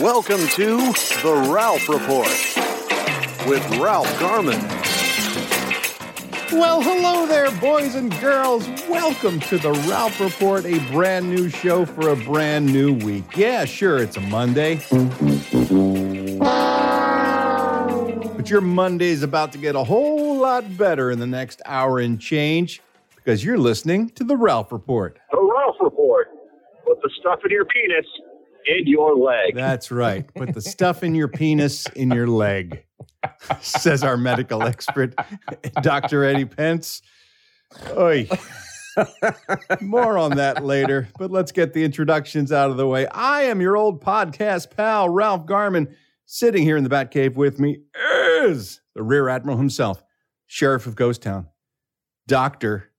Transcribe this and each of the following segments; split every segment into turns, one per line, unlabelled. Welcome to The Ralph Report with Ralph Garman.
Well, hello there, boys and girls. Welcome to the Ralph Report, a brand new show for a brand new week. Yeah, sure, it's a Monday. But your Monday is about to get a whole lot better in the next hour and change because you're listening to the Ralph Report.
The Ralph Report. Put the stuff in your penis in your leg.
That's right. Put the stuff in your penis in your leg, says our medical expert, Dr. Eddie Pence. Oy. More on that later, but let's get the introductions out of the way. I am your old podcast pal, Ralph Garman. Sitting here in the Batcave with me is the Rear Admiral himself, Sheriff of Ghost Town, Doctor.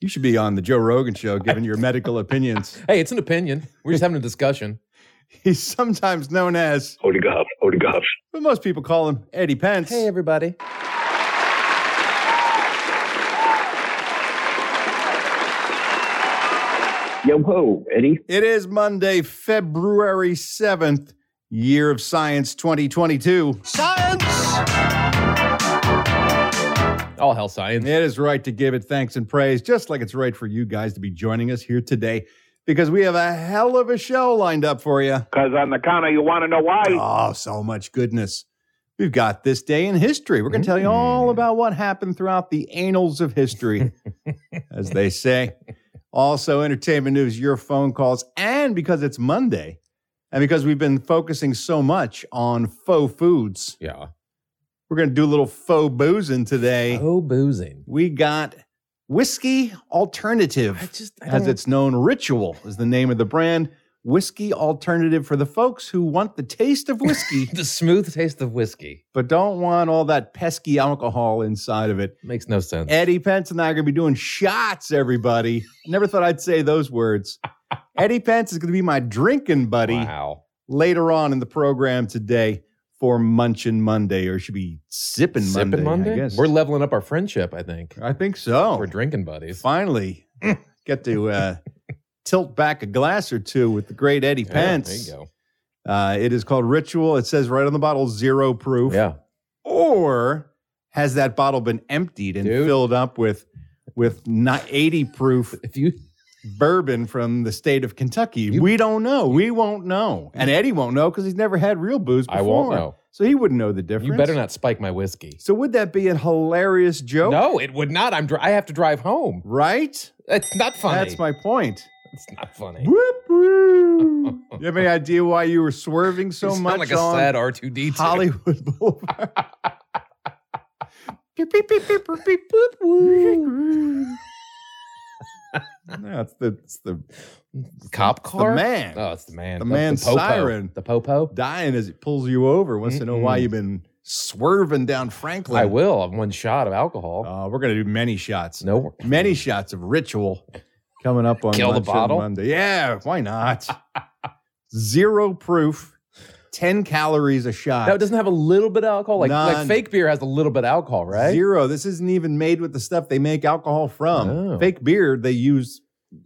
You should be on the Joe Rogan show giving your medical opinions.
Hey, it's an opinion. We're just having a discussion.
He's sometimes known as,
Holy gob, holy gob.
but most people call him Eddie Pence.
Hey, everybody.
Yo ho, Eddie.
It is Monday, February 7th, year of science 2022.
All hell science.
It is right to give it thanks and praise, just like it's right for you guys to be joining us here today because we have a hell of a show lined up for you.
Because on the counter, you want to know why?
Oh, so much goodness. We've got this day in history. We're going to tell you
Mm.
all about what happened throughout the annals of history, as they say. Also, entertainment news, your phone calls, and because it's Monday, and because we've been focusing so much on faux foods,
Yeah.
we're going to do a little faux boozing today.
Oh, boozing.
We got Whiskey Alternative
I just, I
as
don't-
it's known, Ritual is the name of the brand. Whiskey alternative for the folks who want the taste of whiskey,
the smooth taste of whiskey
but don't want all that pesky alcohol inside of it.
makes no sense.
Eddie Pence and I are going to be doing shots, everybody. Never thought I'd say those words. Eddie Pence is going to be my drinking buddy
Wow.
later on in the program today for Munchin Monday, or it should be Sippin' Monday.
Sipping Monday?
I guess. Oh.
We're leveling up our friendship, I think.
I think so.
We're drinking buddies.
Finally, get to uh, tilt back a glass or two with the great Eddie
Yeah,
Pence.
there you
Uh, it is called Ritual. It says right on the bottle, zero
go.
proof.
Yeah.
Or has that bottle been emptied and
Dude.
filled up with with not 80 proof
If you,
bourbon from the state of Kentucky?
You-
we don't know. We won't know. And Eddie won't know because he's never had real booze before.
I won't know.
So he wouldn't know the difference.
You better not spike my whiskey.
So would that be a hilarious joke?
No, it would not. I'm. Dri- I have to drive home.
Right?
That's not funny.
That's my point.
It's not funny.
Whoop, whoop. you have any idea why you were swerving so
You sound
much
like a
on
sad R two D two.
Hollywood Boulevard. Beep, beep, beep, beep, beep, beep, boop, woo. no, it's the it's the
cop car.
the man
Oh, it's the man.
The man's
popo.
siren.
The popo.
dying as it pulls you over. Wants to know why
Mm-mm.
you've been swerving down Franklin.
I will. I've one shot of alcohol.
Uh, we're gonna do many shots.
no.
Many shots of ritual coming up on
Kill the
Lunch on
bottle?
Monday. Yeah, why not? Zero proof, ten calories a shot.
No, it doesn't have a little bit of alcohol. Like,
None.
like fake beer has a little bit of alcohol, right?
Zero. This isn't even made with the stuff they make alcohol from.
Oh.
Fake beer, they use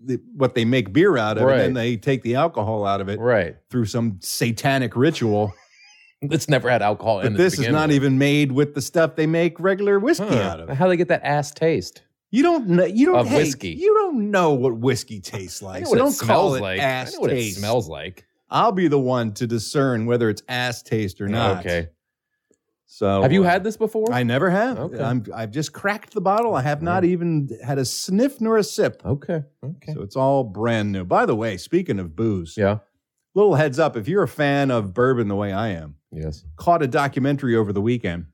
the, what they make beer out of, and
Right.
then they take the alcohol out of it
Right.
through some satanic ritual.
It's never had alcohol
But
in it.
this is not even made with the stuff they make regular whiskey out of.
How do they get that ass taste?
You don't know. You don't
Of
hey,
whiskey.
You don't know what whiskey tastes like.
I know
so
what
don't
it
call
smells
it
like.
ass
I know what
taste.
it smells like.
I'll be the one to discern whether it's ass taste or not.
Okay.
So
Have you
uh,
had this before?
I never have.
Okay.
I'm, I've just cracked the bottle. I have not even had a sniff nor a sip.
okay. Okay.
So it's all brand new. By the way, speaking of booze,
yeah.
little heads up if you're a fan of bourbon the way I am,
Yes.
caught a documentary over the weekend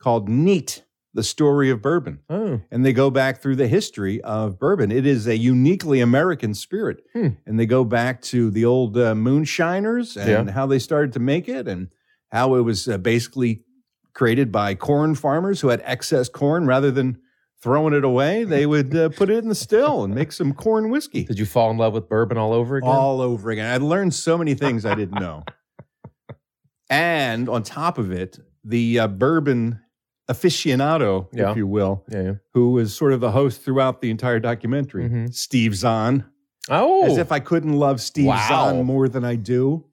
called Neat, The Story of Bourbon.
Oh.
And they go back through the history of bourbon. It is a uniquely American spirit.
Hmm.
And they go back to the old uh, moonshiners and
Yeah.
how they started to make it and how it was uh, basically created by corn farmers who had excess corn rather than throwing it away they would uh, put it in the still and make some corn whiskey
Did you fall in love with bourbon all over again?
all over again. I learned so many things I didn't know. and on top of it, the uh, bourbon aficionado,
Yeah.
if you will,
yeah. yeah.
who was sort of the host throughout the entire documentary,
Mhm.
Steve Zahn.
Oh,
As if I couldn't love Steve
Wow.
Zahn more than I do.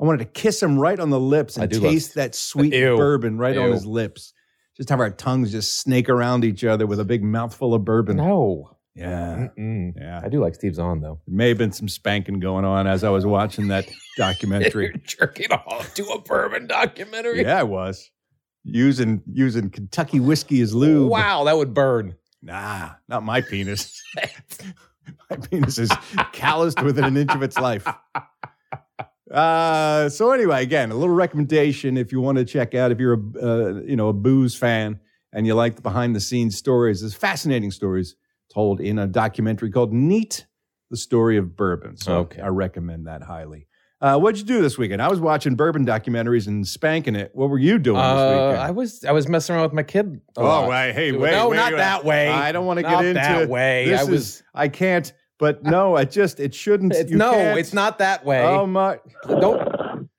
I wanted to kiss him right on the lips
I
and
do love-
taste that sweet
Ew.
bourbon right on
Ew.
his lips. Just have our tongues just snake around each other with a big mouthful of bourbon.
no.
Yeah.
Mm-mm.
Yeah.
I do like Steve's on though.
There may have been some spanking going on as I was watching that documentary.
jerking off to a bourbon documentary.
yeah, I was using using Kentucky whiskey as lube.
Wow, that would burn.
Nah, not my penis. my penis is calloused within an inch of its life. Uh, so anyway, again, a little recommendation if you want to check out if you're a uh, you know a booze fan and you like the behind the scenes stories. There's fascinating stories told in a documentary called "Neat: The Story of Bourbon." So
Okay.
I recommend that highly. Uh, what'd you do this weekend? I was watching bourbon documentaries and spanking it. What were you doing this
Uh,
weekend?
I was I was messing around with my kid. a
oh,
lot.
wait, hey,
No,
wait, wait,
not
wait.
that way.
I don't want to get
Not
into
that way.
This
I
is-
was.
I can't. But no, I just it shouldn't.
It's,
you
no,
can't.
it's not that way.
Oh my!
don't.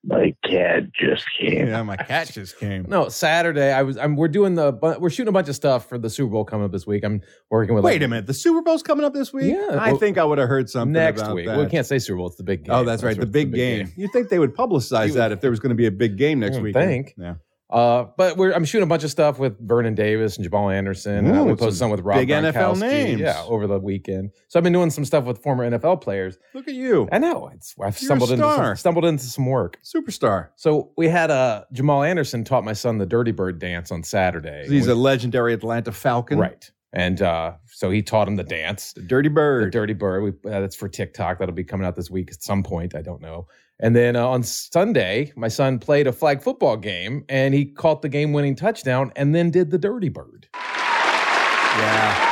My cat just came.
Yeah, my cat just came.
No, Saturday. I was. I'm. We're doing the. bu- We're shooting a bunch of stuff for the Super Bowl coming up this week. I'm working with. like,
Wait a minute. The Super Bowl's coming up this week.
Yeah,
I
well,
think I would have heard something
Next
about
week.
that.
We can't say Super Bowl. It's the big game.
Oh, that's right. The
what-
big, game. You'd think they would publicize
You
that
would-
if there was going to be a big game next
You
week.
would think.
Yeah.
Uh, but we're I'm shooting a bunch of stuff with Vernon Davis and Jabal Anderson. and
Ooh,
we
it's
posted
some
some with Rob
big NFL
Gronkowski,
names.
Yeah, over the weekend. So I've been doing some stuff with former NFL players.
Look at you,
I know it's I've
You're a
stumbled into
star.
some, stumbled into some work.
superstar.
So we had uh, Jamal Anderson taught my son the Dirty Bird dance on Saturday.
He's a
And
legendary Atlanta
we-
Falcon.
right, and uh, so he taught him the dance.
The Dirty Bird.
The Dirty Bird. We, uh, that's for TikTok. That'll be coming out this week at some point. I don't know. And then uh, on Sunday, my son played a flag football game and he caught the game winning touchdown and then did the Dirty Bird.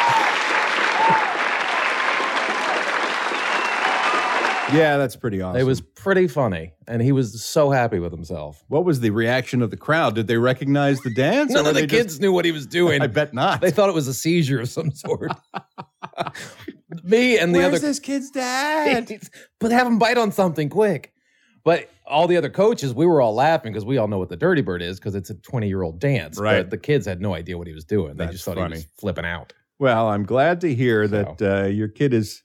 Yeah. yeah, that's pretty awesome.
It was pretty funny. And he was so happy with himself.
What was the reaction of the crowd? Did they recognize the dance?
None
or
of
were
the
they
kids knew what he was doing.
Just, I bet not.
they thought it was a seizure of some sort. Me and the
Where's
other
this kid's dad?
but have him bite on something quick. But all the other coaches, we were all laughing because we all know what the Dirty Bird is because it's a 20 year old dance.
Right.
But the kids had no idea what he was doing. They
That's
just thought he was
funny.
flipping out.
well, I'm glad to hear that uh, your kid is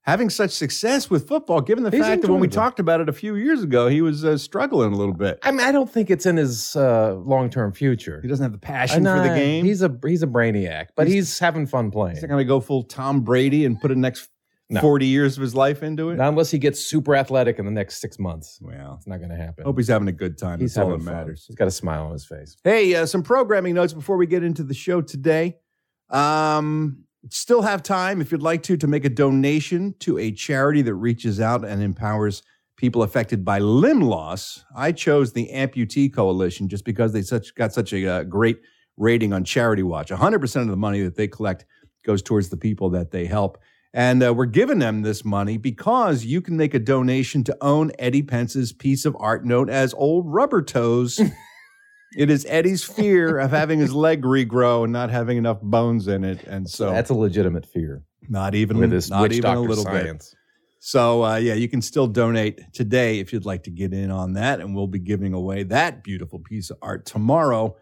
having such success with football, given the
He's
fact that when we
enjoyable.
talked about it a few years ago, he was uh, struggling a little bit.
I mean, I don't think it's in his uh, long term future.
He doesn't have the passion
I
for the
know.
game. He's,
He's a he's a brainiac, but
He's-
he's, having fun playing.
not going to go full Tom Brady and put the next
No.
40 years of his life into it.
Not unless he gets super athletic in the next six months.
Well,
It's not going to happen.
hope he's having a good time.
he's
That's all
having
that
fun.
matters.
He's got a smile on his face.
Hey, uh, some programming notes before we get into the show today. Um, still have time if you'd like to to make a donation to a charity that reaches out and empowers people affected by limb loss. I chose the Amputee Coalition just because they such got such a uh, great rating on Charity Watch. 100% of the money that they collect goes towards the people that they help. And uh, we're giving them this money because you can make a donation to own Eddie Pence's piece of art known as Old Rubber Toes. it is Eddie's fear of having his leg regrow and not having enough bones in it. And so
That's a legitimate fear
not even,
with his
not
witch
even a
doctor
little bit.
science.
So uh, yeah, you can still donate today if you'd like to get in on that, and we'll be giving away that beautiful piece of art tomorrow.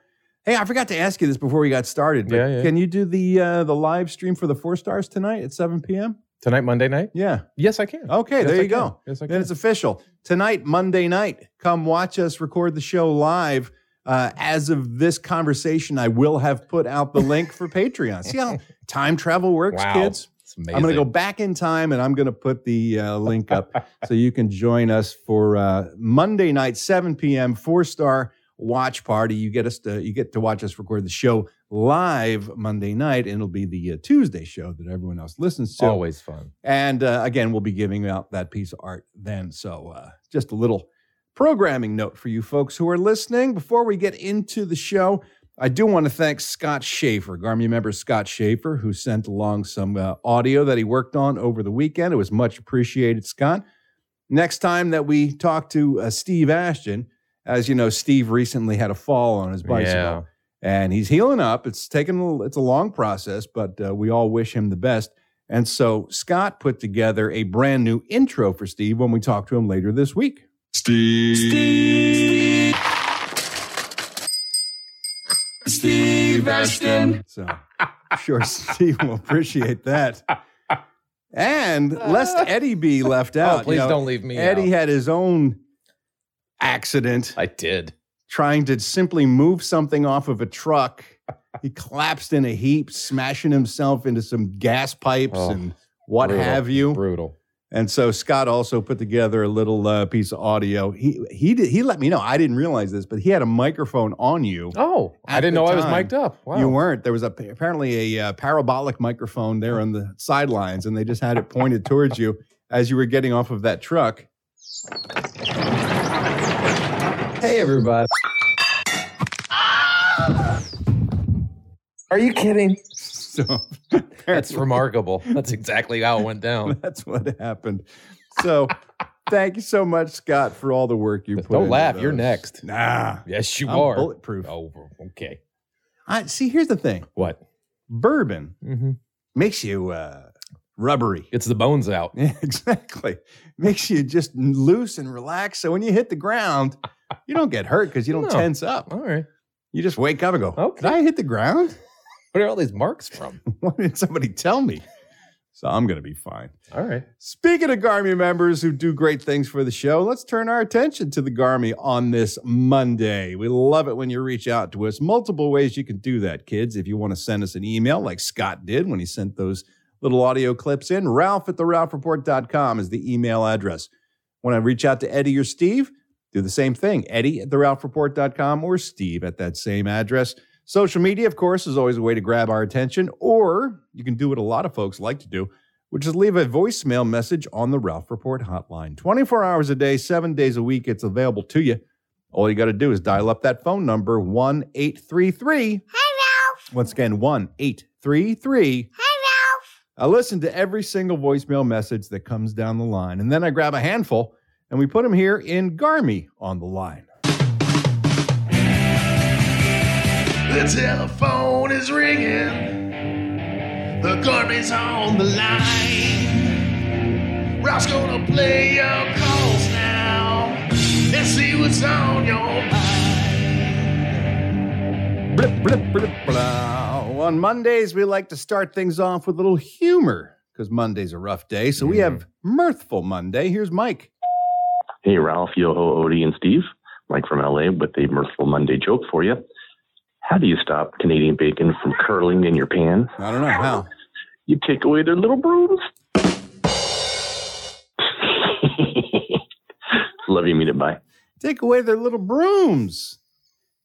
Hey, I forgot to ask you this before we got started. But
Yeah, yeah.
Can you do the uh, the live stream for the four stars tonight at seven p.m.?
Tonight, Monday night?
Yeah.
Yes, I can.
Okay,
Yes,
there
I
you go.
can. Yes, I
Then
can.
it's official tonight, Monday night. Come watch us record the show live. Uh, as of this conversation, I will have put out the link for Patreon. See how time travel works,
Wow.
kids.
It's amazing.
I'm going to go back in time and I'm going to put the uh, link up so you can join us for uh, Monday night, 7 p.m. four star watch party. You get us to you get to watch us record the show live Monday night, and it'll be the uh, Tuesday show that everyone else listens to.
Always fun.
And uh, again, we'll be giving out that piece of art then. So uh, just a little programming note for you folks who are listening. Before we get into the show, I do want to thank Scott Schaefer, Garmy member Scott Schaefer, who sent along some uh, audio that he worked on over the weekend. It was much appreciated, Scott. Next time that we talk to uh, Steve Ashton, As you know, Steve recently had a fall on his bicycle
Yeah.
and he's healing up. It's taken a, it's a long process, but uh, we all wish him the best. And so Scott put together a brand new intro for Steve when we talk to him later this week.
Steve. Steve. Steve Ashton.
So I'm sure Steve will appreciate that. And lest Eddie be left out,
oh,
you
please
know,
don't leave me.
Eddie
out.
had his own accident
I did.
trying to simply move something off of a truck. He collapsed in a heap, smashing himself into some gas pipes
Oh,
and what
brutal,
have you.
Brutal.
And so Scott also put together a little uh, piece of audio. He he did, he let me know. I didn't realize this, but he had a microphone on you.
Oh, I
At
didn't
the
know I was
time,
mic'd up. Wow.
You weren't. There was a, apparently a uh, parabolic microphone there on the sidelines, and they just had it pointed towards you as you were getting off of that truck.
Hey, everybody. Are you kidding?
So
That's
apparently
remarkable. That's exactly how it went down.
that's what happened. So thank you so much, Scott, for all the work you put.
Don't
into
laugh. You're
those.
next.
Nah,
Yes, you
I'm
are.
bulletproof.
Oh, okay.
I see. Here's the thing:
What?
bourbon
Mm-hmm.
makes you uh, rubbery.
Gets the bones out.
Yeah, exactly. Makes you just loose and relaxed. So when you hit the ground, you don't get hurt because you don't
No.
tense up.
All right.
You just wake up and go, "Oh,
Okay.
Did I hit the ground?
Where are all these marks from?
Why didn't somebody tell me? So I'm going to be fine.
All right.
Speaking of Garmy members who do great things for the show, let's turn our attention to the Garmy on this Monday. We love it when you reach out to us. Multiple ways you can do that, kids. If you want to send us an email, like Scott did when he sent those little audio clips in, Ralph at the RalphReport.com is the email address. Want to reach out to Eddie or Steve? Do the same thing. Eddie at the RalphReport.com or Steve at that same address. Social media, of course, is always a way to grab our attention, or you can do what a lot of folks like to do which is leave a voicemail message on the Ralph Report hotline. 24 hours a day, seven days a week, it's available to you. All you got to do is dial up that phone number, 1 833. Once again, 1 833. I listen to every single voicemail message that comes down the line, and then I grab a handful and we put them here in Garmy on the line.
The telephone is ringing. The garbage on the line. Ralph's gonna play your calls now and see what's on your mind.
Blip, blip, blip, blah. On Mondays, we like to start things off with a little humor because Monday's a rough day. So we
Mm.
have Mirthful Monday. Here's Mike.
Hey, Ralph, Yoho, Odie, and Steve. Mike from LA with a Mirthful Monday joke for you. How do you stop Canadian bacon from curling in your pan?
I don't know how.
You take away their little brooms. Love you, mean it, bye.
Take away their little brooms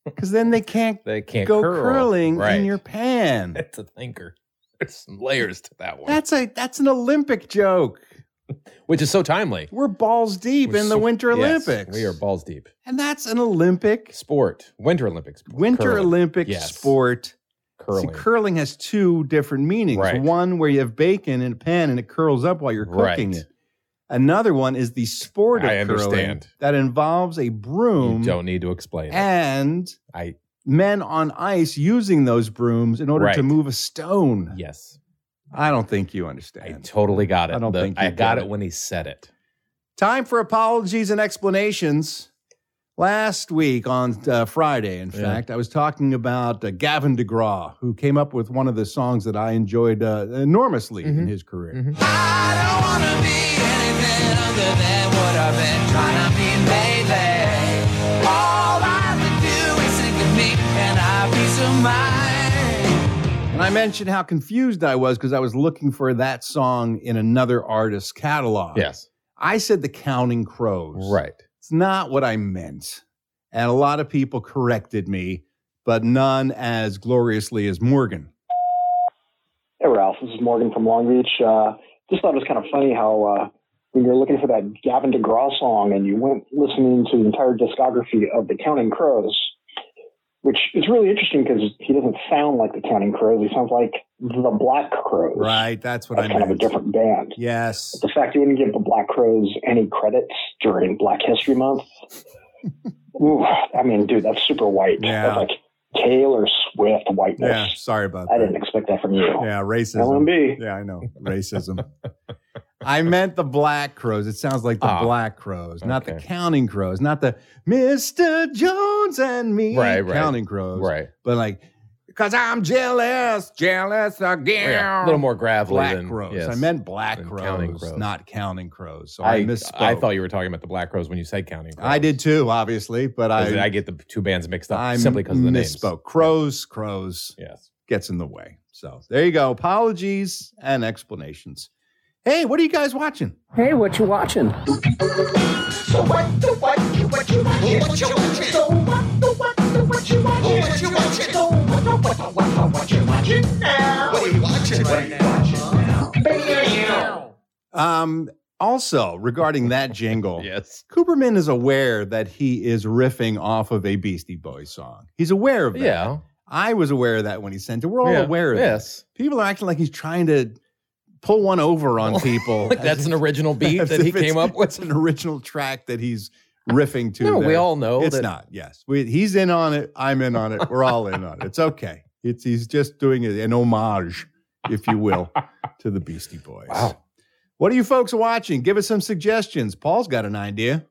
because then they can't
They can't
go
curl.
curling
Right.
in your pan.
That's a thinker. There's some layers to that one,
That's a that's an Olympic joke.
which is so timely.
We're balls deep
We're
in the
so-
Winter
Yes,
Olympics.
we are balls deep.
and that's an Olympic
Sport. Winter Olympics.
Winter
Curling.
Olympic
Yes.
sport.
Curling.
See, curling has two different meanings.
Right.
One where you have bacon in a pan and it curls up while you're cooking
Right.
it. Another one is the sport of
I
curling
understand.
that involves a broom
you don't need to explain it.
and
I
men on ice using those brooms in order to
Right.
move a stone.
yes.
I don't think you
I
understand.
totally got it.
I don't
The-
think you
I got
did.
it when he said it.
Time for apologies and explanations. Last week on uh, Friday, in
Yeah.
fact, I was talking about uh, Gavin DeGraw, who came up with one of the songs that I enjoyed uh, enormously in
Mhm.
his career.
I don't wanna be anything other than what I've been trying to be lately. All I can do is think of me and I peace of mind.
And I mentioned how confused I was because I was looking for that song in another artist's catalog.
Yes.
I said The Counting Crows.
Right.
It's not what I meant. And a lot of people corrected me, but none as gloriously as Morgan.
Hey, Ralph. This is Morgan from Long Beach. Uh, just thought it was kind of funny how uh, when you were looking for that Gavin DeGraw song and you went listening to the entire discography of The Counting Crows, which is really interesting because he doesn't sound like The Counting Crows. He sounds like The Black Crows.
Right. That's what
That's
I
kind of a
meant.
different band.
Yes.
The fact you wouldn't give The Black Crows any credits during Black History Month Ooh, I mean, dude, that's super white.
Yeah.
That's like Taylor Swift whiteness.
Yeah, sorry about
I didn't
that.
expect that from you.
Yeah, racism.
LMB.
Yeah, I know racism. I meant the black crows. It sounds like the
Ah.
black crows, not the
Okay.
counting crows, not the Mister Jones and me
Right, right.
counting crows,
Right.
But like, cause I'm jealous, jealous again.
Oh, Yeah, a little more gravelly
black
than
crows.
yes.
I meant black
than
crows,
counting crows.
not counting crows. So I,
I,
misspoke.
I thought you were talking about the black crows when you said counting crows.
I did too, obviously, but
'Cause
I
I get the two bands mixed up
I
simply because of the names.
misspoke. Crows, crows
Yes.
gets in the way. So there you go. Apologies and explanations. Hey, what are you guys watching?
Hey, what you watching?
So what the what you what you want it? What you want it? So what the what the what you want it? What you want it? So what the what the what the what you want it now? What you want it right now? Now.
Um, also regarding that jingle,
Yes.
Cooperman is aware that he is riffing off of a Beastie Boys song. He's aware of that.
Yeah.
I was aware of that when he sent it. We're all
yeah.
aware of that.
Yes.
People are acting like he's trying to pull one over on people.
Like that's an original beat
As
that he
if it's-
came up
It's
with.
an original track that he's riffing to.
No, we
there.
all know
It's
that-
not. Yes, we, he's in on it. I'm in on it. We're all in on it. It's okay. It's he's just doing it- an homage, if you will, to the Beastie Boys.
Wow.
What are you folks watching? Give us some suggestions. Paul's got an idea.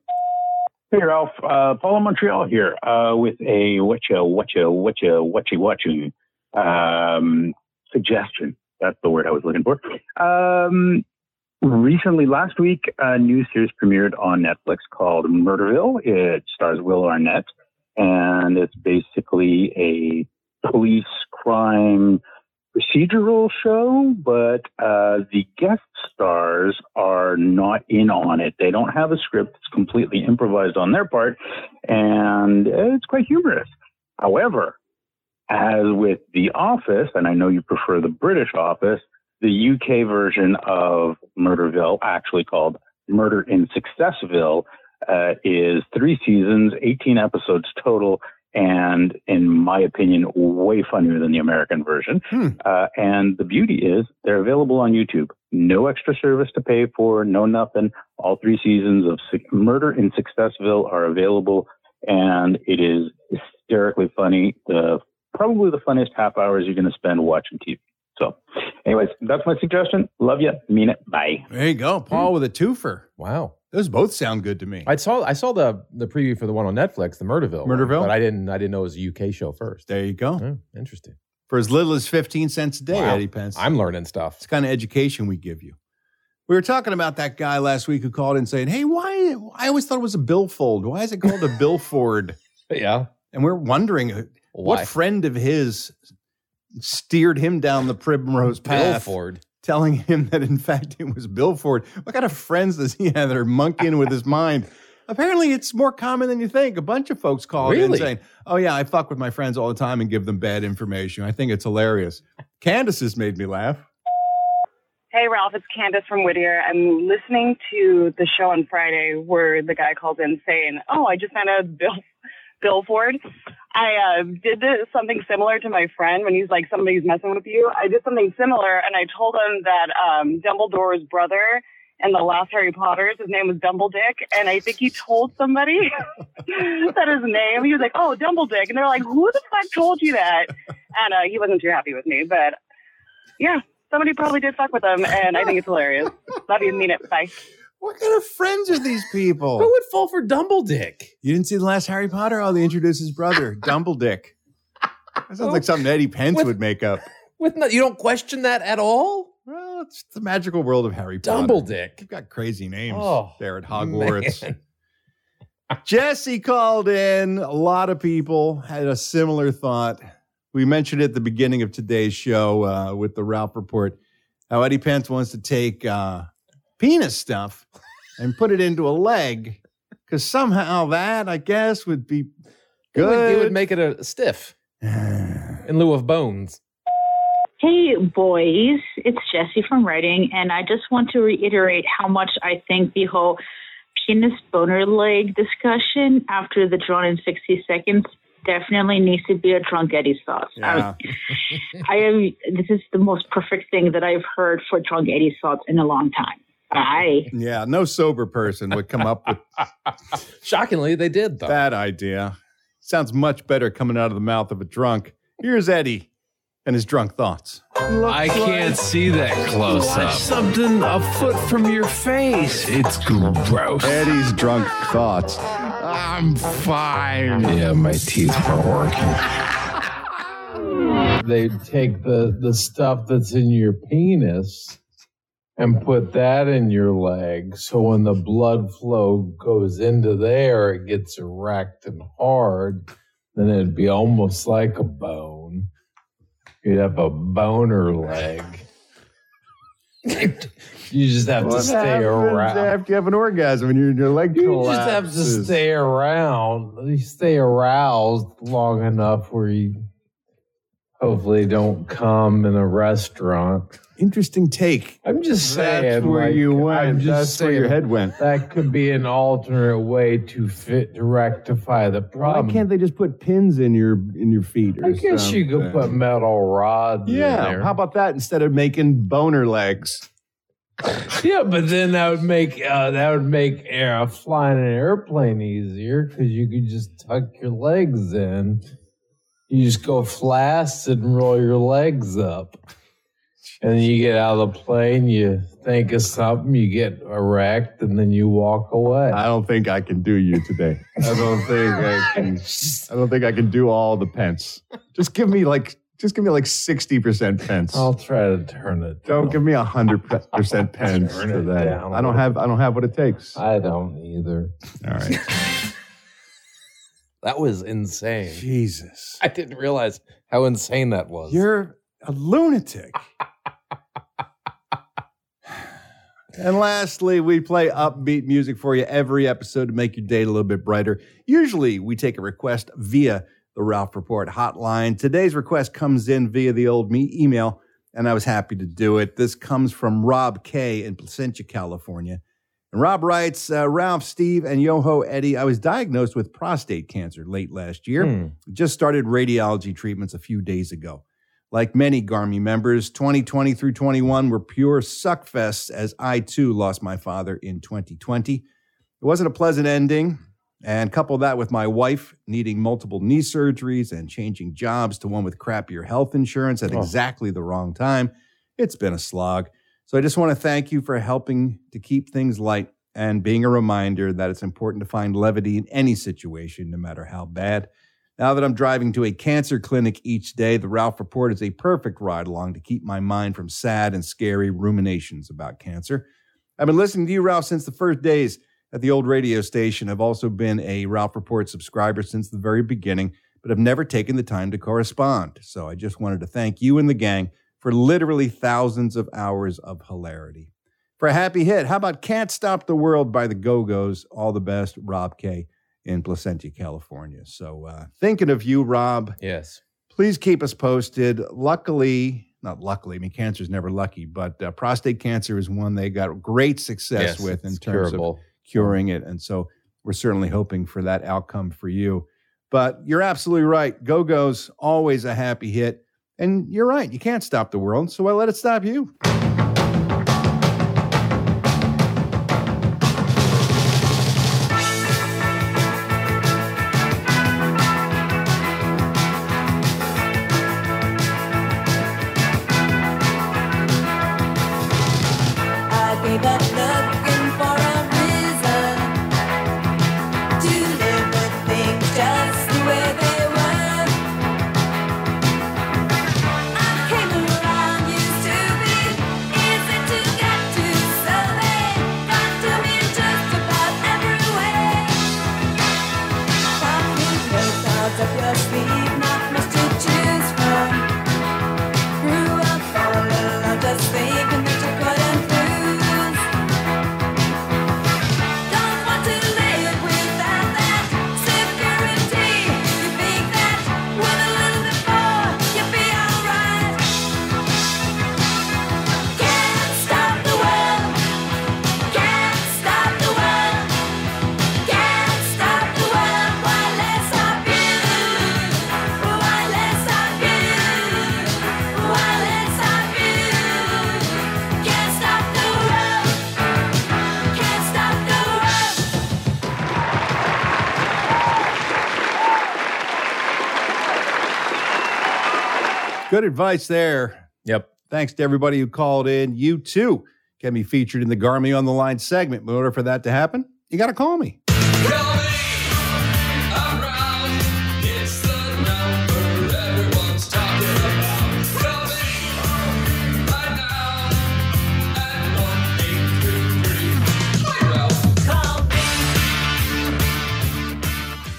Hey, Ralph. Uh, Paul in Montreal here uh, with a whatcha, whatcha, whatcha, whatcha, watching um, suggestion. That's the word I was looking for. Um, recently, last week, a new series premiered on Netflix called Murderville. It stars Will Arnett, and it's basically a police crime procedural show, but uh, the guest stars are not in on it. They don't have a script. It's completely improvised on their part, and uh, it's quite humorous. However, as with The Office, and I know you prefer the British Office, the UK version of Murderville, actually called Murder in Successville, uh, is three seasons, 18 episodes total, and in my opinion, way funnier than the American version. Uh, and the beauty is they're available on YouTube. No extra service to pay for, no nothing. All three seasons of Suc- Murder in Successville are available, and it is hysterically funny. The probably the funniest half hours you're going to spend watching TV. So, anyways, that's my suggestion. Love you. Mean it. Bye.
There you go, Paul with a twofer.
Wow.
Those both sound good to me.
Hmm. I saw I saw the the preview for the one on Netflix, the Murderville. one,
Murderville?
but I didn't I didn't know it was a UK show first.
there you go.
Oh, interesting.
For as little as fifteen cents a day,
Wow.
Eddie Pence.
I'm learning stuff.
It's the kind of education we give you. We were talking about that guy last week who called in saying, "Hey, why? I always thought it was a billfold. Why is it called a billford?"
Yeah.
And we're wondering uh,
Why?
what friend of his steered him down the primrose path,
Billford.
telling him that in fact it was billford. What kind of friends does he have that are monkeying with his mind? Apparently, it's more common than you think. A bunch of folks called in
Really?
saying, "Oh yeah, I fuck with my friends all the time and give them bad information. I think it's hilarious." Candace has made me laugh.
Hey, Ralph, it's Candace from Whittier. I'm listening to the show on Friday where the guy calls in saying, Oh, I just found out Bill, Bill Ford. I uh, did this, something similar to my friend when he's like, Somebody's messing with you. I did something similar and I told him that um, Dumbledore's brother in the last Harry Potter's, his name was Dumbledick. And I think he told somebody that his name, he was like, Oh, Dumbledick. And they're like, Who the fuck told you that? And uh, he wasn't too happy with me, but yeah, somebody probably did fuck with them, and I think it's hilarious. Love you, mean it. Bye.
What kind of friends are these people?
Who would fall for Dumbledick?
You didn't see the last Harry Potter? Oh, they introduced his brother, Dumbledick. That sounds like something Eddie Pence
With-
would make up.
With no, you don't question that at all?
Well, it's the magical world of Harry Potter.
Dumbledick.
You've got crazy names
Oh,
there at Hogwarts.
Man.
Jesse called in. A lot of people had a similar thought. We mentioned at the beginning of today's show uh, with the Ralph report how Eddie Pence wants to take uh, penis stuff and put it into a leg because somehow that, I guess, would be
It would,
good.
it would make it a stiff in lieu of bones.
Hey, boys, it's Jesse from Writing, and I just want to reiterate how much I think the whole penis boner leg discussion after the drawn in 60 seconds definitely needs to be a drunk Eddie sauce. I was-
yeah.
I am. This is the most perfect thing that I've heard for drunk Eddie sauce in a long time.
Aye.
Yeah, no sober person would come up with
Shockingly, they did though.
that idea. Sounds much better coming out of the mouth of a drunk. Here's Eddie and his drunk thoughts.
I can't see that close up. Something a foot from your face. It's gross.
Eddie's drunk thoughts.
I'm fine. Yeah, my teeth weren't working.
they take the the stuff that's in your penis and put that in your leg so when the blood flow goes into there it gets erect and hard then it'd be almost like a bone you'd have a boner leg you just have to stay around
after you have an orgasm and your, your leg
you just have to
collapses?
stay around. You stay aroused long enough where you hopefully don't come in a restaurant.
Interesting take.
I'm just saying.
That's where
like,
you went.
I'm just
That's where
saying
your head went.
That could be an alternate way to fit to rectify the
Why
problem.
can't they just put pins in your in your feet? Or
I guess you could
something?
put metal rods. in
Yeah,
there.
how about that instead of making boner legs?
Yeah, but then that would make uh, that would make air, flying an airplane easier because you could just tuck your legs in. You just go flaccid and roll your legs up, and then you get out of the plane. You think of something, you get erect, and then you walk away.
I don't think I can do you today. I don't think I can. I don't think I can do all the pence. Just give me like just give me like sixty percent pence.
I'll try to turn it.
Don't
down.
give me a hundred percent pence
Turn it
today.
down.
I don't have I don't have what it takes. All
I don't either.
right.
That was insane.
Jesus,
I didn't realize how insane that was.
you're a lunatic. And lastly, we play upbeat music for you every episode to make your day a little bit brighter. Usually, we take a request via the Ralph Report hotline. Today's request comes in via the old me email, and I was happy to do it. This comes from Rob K in Placentia, California. And Rob writes, uh, Ralph, Steve, and Yoho Eddie, I was diagnosed with prostate cancer late last year
Hmm.
just started radiology treatments a few days ago. Like many Garmy members, 2020 through 21 were pure suckfests as I too lost my father in 2020. It wasn't a pleasant ending. And couple that with my wife needing multiple knee surgeries and changing jobs to one with crappier health insurance at
Oh.
exactly the wrong time. It's been a slog. So I just want to thank you for helping to keep things light and being a reminder that it's important to find levity in any situation, no matter how bad. Now that I'm driving to a cancer clinic each day, the Ralph Report is a perfect ride along to keep my mind from sad and scary ruminations about cancer. I've been listening to you, Ralph, since the first days at the old radio station. I've also been a Ralph Report subscriber since the very beginning, but I've never taken the time to correspond. So I just wanted to thank you and the gang for literally thousands of hours of hilarity. For a happy hit, how about Can't Stop the World by the Go Go's? All the best, Rob K in Placentia, California. So uh, thinking of you, Rob.
Yes.
Please keep us posted. Luckily, not luckily, I mean, cancer is never lucky, but uh, prostate cancer is one they got great success
Yes,
with in
it's
terms of
curable.
curing it. And so we're certainly hoping for that outcome for you. But you're absolutely right. Go Go's always a happy hit. And you're right. You can't stop the world. So why let it stop you?
I gave up looking for a reason to live with things just the way they were. I came around used to be
Good advice there.
Yep.
Thanks to everybody who called in. You too can be featured in the Garmy on the Line segment. But in order for that to happen, you got to call me.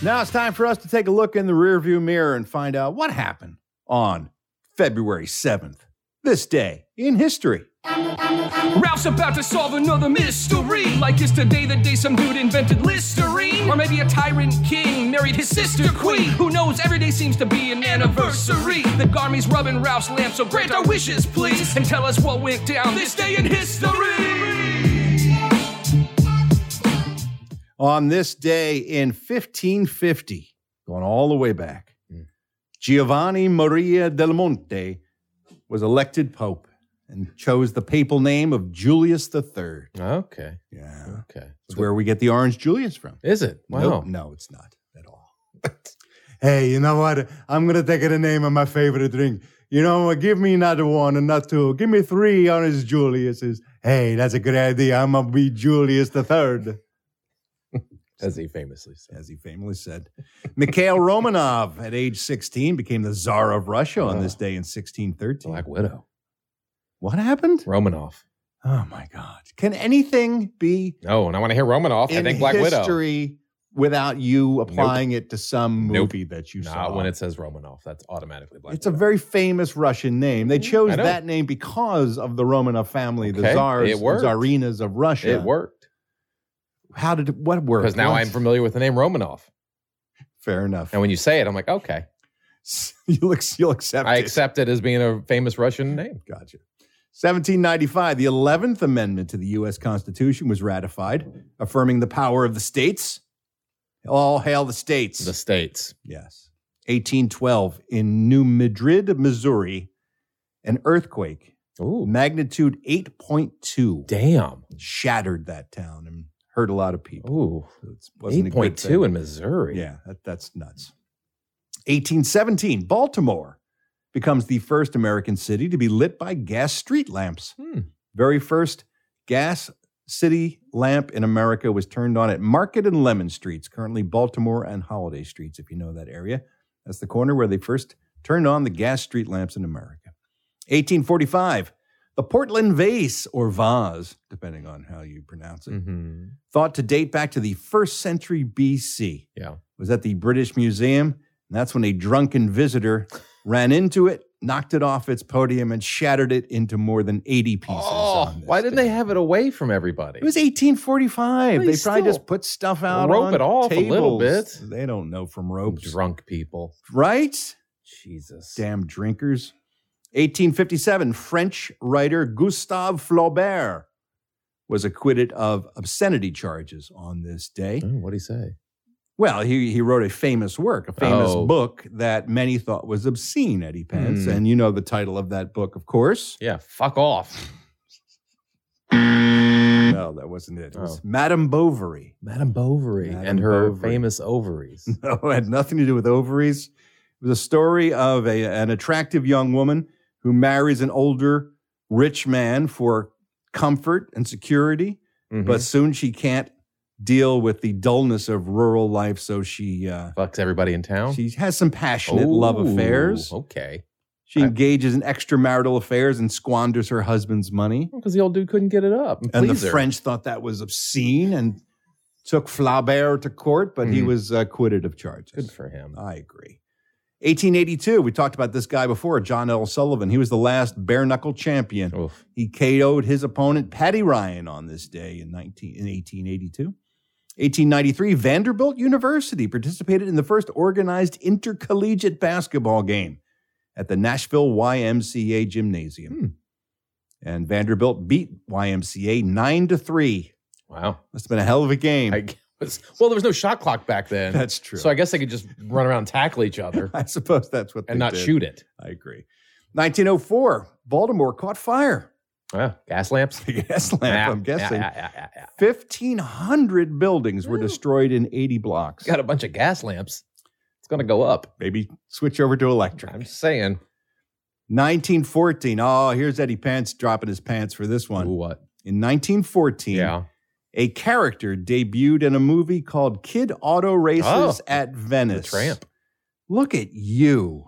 Now it's time for us to take a look in the rearview mirror and find out what happened on February 7th, this day in history.
Ralph's about to solve another mystery. Like it's today the day some dude invented Listerine. Or maybe a tyrant king married his sister queen. Who knows, every day seems to be an anniversary. The Garmy's rubbing Ralph's lamp, so grant our wishes, please. And tell us what went down this day in history.
On this day in 1550, going all the way back, Giovanni Maria del Monte was elected pope and chose the papal name of Julius III.
Okay.
Yeah.
Okay.
It's where we get the orange Julius from.
Is it? Wow.
Nope, no, it's not.
Hey, you know what? I'm gonna take the name of my favorite drink. You know, give me not one and not two. Give me three honest Julius's. Hey, that's a good idea. I'm gonna be Julius the third.
As he famously said.
As he famously said. Mikhail Romanov, at age 16, became the Tsar of Russia on this day in 1613. Black
Widow.
What happened?
Romanov.
Oh my God. Can anything be
No, and I want to hear Romanoff. I
in
think Black Widow.
history without you applying it to some
Nope.
movie that you saw?
Not when it says Romanoff. That's automatically Black
it's a very famous Russian name. They chose
Mm-hmm. I know.
that name because of the Romanov family, the
Okay,
czars,
it worked.
czarinas of Russia.
It worked.
How did what worked?
Because now
What?
I'm familiar with the name Romanoff.
Fair enough.
And when you say it, I'm like, okay.
you'll, you'll accept
I accept it as being a famous Russian name.
Gotcha. 1795, the 11th Amendment to the U.S. Constitution was ratified, affirming the power of the states. All hail the states. The
states.
Yes. 1812, in New Madrid, Missouri, an earthquake, magnitude 8.2.
Damn.
Shattered that town and hurt a lot of people.
Ooh.
it wasn't a good
8.2
thing.
in Missouri.
Yeah, that, that's nuts. 1817, Baltimore becomes the first American city to be lit by gas street lamps. Very first gas city lamp in America was turned on at Market and Lemon Streets, currently Baltimore and Holiday Streets, if you know that area. That's the corner where they first turned on the gas street lamps in America. 1845, the Portland vase or vase, depending on how you pronounce it,
Mm-hmm.
thought to date back to the first century BC.
Yeah.
Was at the British Museum, and that's when a drunken visitor ran into it, knocked it off its podium, and shattered it into more than 80 pieces.
Oh, why didn't they have it away from everybody?
It was 1845.
Well,
they
you
probably
still
just put stuff out
rope
on
it off a little
tables. They don't know from ropes.
Drunk people.
Right?
Jesus.
Damn drinkers. 1857, French writer Gustave Flaubert was acquitted of obscenity charges on this day.
what did he say?
Well, he, he wrote a famous work, a famous
Oh.
book that many thought was obscene, Eddie Pence.
Hmm.
And you know the title of that book, of course.
Yeah, fuck off.
No, that wasn't it. It was
Hmm. Oh.
Madame Bovary.
Madame Bovary
Madame
and her
Bovary.
famous ovaries.
No, it had nothing to do with ovaries. It was a story of a, an attractive young woman who marries an older rich man for comfort and security, Mm-hmm.
Mm-hmm.
but soon she can't deal with the dullness of rural life, so she uh,
fucks everybody in town.
She has some passionate love
Oh. Ooh,
affairs.
Okay.
She engages in extramarital affairs and squanders her husband's money.
Because the old dude couldn't get it up.
And the
please her.
French thought that was obscene and took Flaubert to court, but he
Mhm.
was uh, acquitted of charges.
Good for him.
I agree. 1882, we talked about this guy before, John L. Sullivan. He was the last bare knuckle champion. He KO'd his opponent, Patty Ryan, on this day in, 19, in 1882. 1893, Vanderbilt University participated in the first organized intercollegiate basketball game at the Nashville YMCA Gymnasium.
Hmm.
And Vanderbilt beat YMCA 9 to 3.
Wow.
Must have been a hell of a game.
I guess. Well, there was no shot clock back then.
That's true.
So I guess they could just run around and tackle each other
I suppose that's what they
and not
did.
shoot it.
I agree. 1904, Baltimore caught fire.
Yeah, gas lamps.
gas lamp, I'm
Yeah, yeah,
guessing.
yeah, yeah, yeah.
1,500 buildings were destroyed in 80 blocks.
Got a bunch of gas lamps. It's going to go up.
Maybe switch over to electric.
I'm saying.
1914. Oh, here's Eddie Pence dropping his pants for this one.
What?
In 1914, a character debuted in a movie called Kid Auto Races
Oh,
at Venice.
Tramp.
Look at you.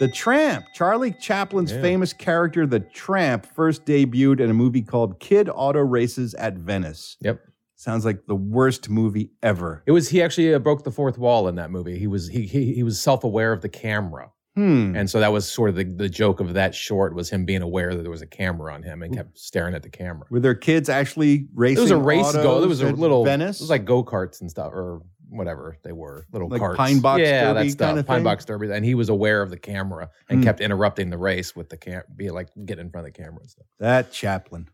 The Tramp, Charlie Chaplin's
Yeah.
famous character, The Tramp, first debuted in a movie called Kid Auto Races at Venice.
Yep.
Sounds like the worst movie ever.
It was he actually uh, broke the fourth wall in that movie. He was he he, he was self aware of the camera,
Hmm.
and so that was sort of the, the joke of that short was him being aware that there was a camera on him and kept staring at the camera.
Were there kids actually
It
racing?
was a race go. There
autos
was a
at
little
Venice.
It was like go karts and stuff or whatever they were, little
Like
carts,
pine box
yeah,
derby
that stuff,
kinda
pine
thing?
box derby. And he was aware of the camera and
Hmm.
kept interrupting the race with the cam, be like getting in front of the camera and stuff.
that Chaplin.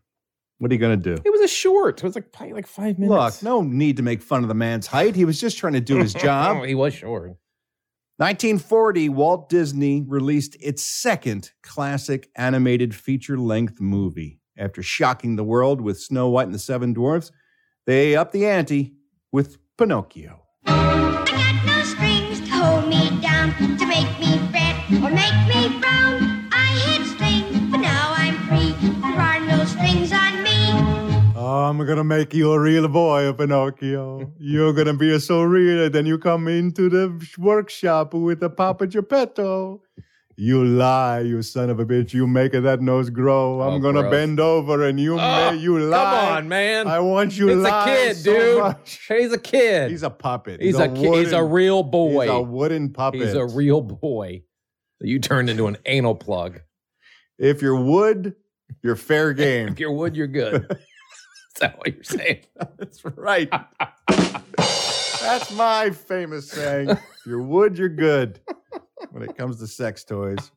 What are you gonna do?
It was a short. It was like probably like five
Look,
minutes.
no need to make fun of the man's height. He was just trying to do his job.
Oh, he was short.
1940, Walt Disney released its second classic animated feature length movie. After shocking the world with Snow White and the Seven Dwarfs, they upped the ante with Pinocchio.
No strings to hold me down, to make me fret or make me frown. I had strings, but now I'm free. There are no strings on me.
Oh, I'm gonna make you a real boy, Pinocchio. You're gonna be so real, then you come into the workshop with a Papa Geppetto. You lie, you son of a bitch. You make that nose grow. I'm
Oh,
gonna
gross.
bend over and you
Oh,
may you
come
lie.
on, man.
I want you
It's a
lie
kid,
so
dude.
much.
He's a kid.
He's a puppet.
He's a ki- he's a
wooden-
real boy.
He's a wooden puppet.
He's a real boy. that You turned into an anal plug.
If you're wood, you're fair game.
If you're wood, you're good. Is that what you're saying?
That's right. That's my famous saying. If you're wood, you're good.
when it comes to sex toys.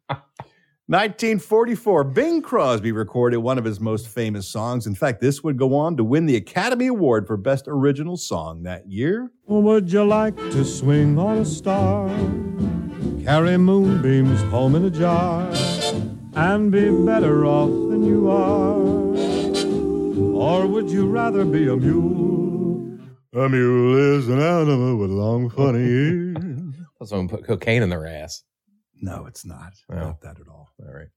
1944, Bing Crosby recorded one of his most famous songs. In fact, this would go on to win the Academy Award for Best Original Song that year.
Would you like to swing on a star? Carry moonbeams home in a jar and be better off than you are? Or would you rather be a mule?
A mule is an animal with long, funny ears.
Someone put cocaine in their ass.
No, it's not.
Not
that at all.
All right.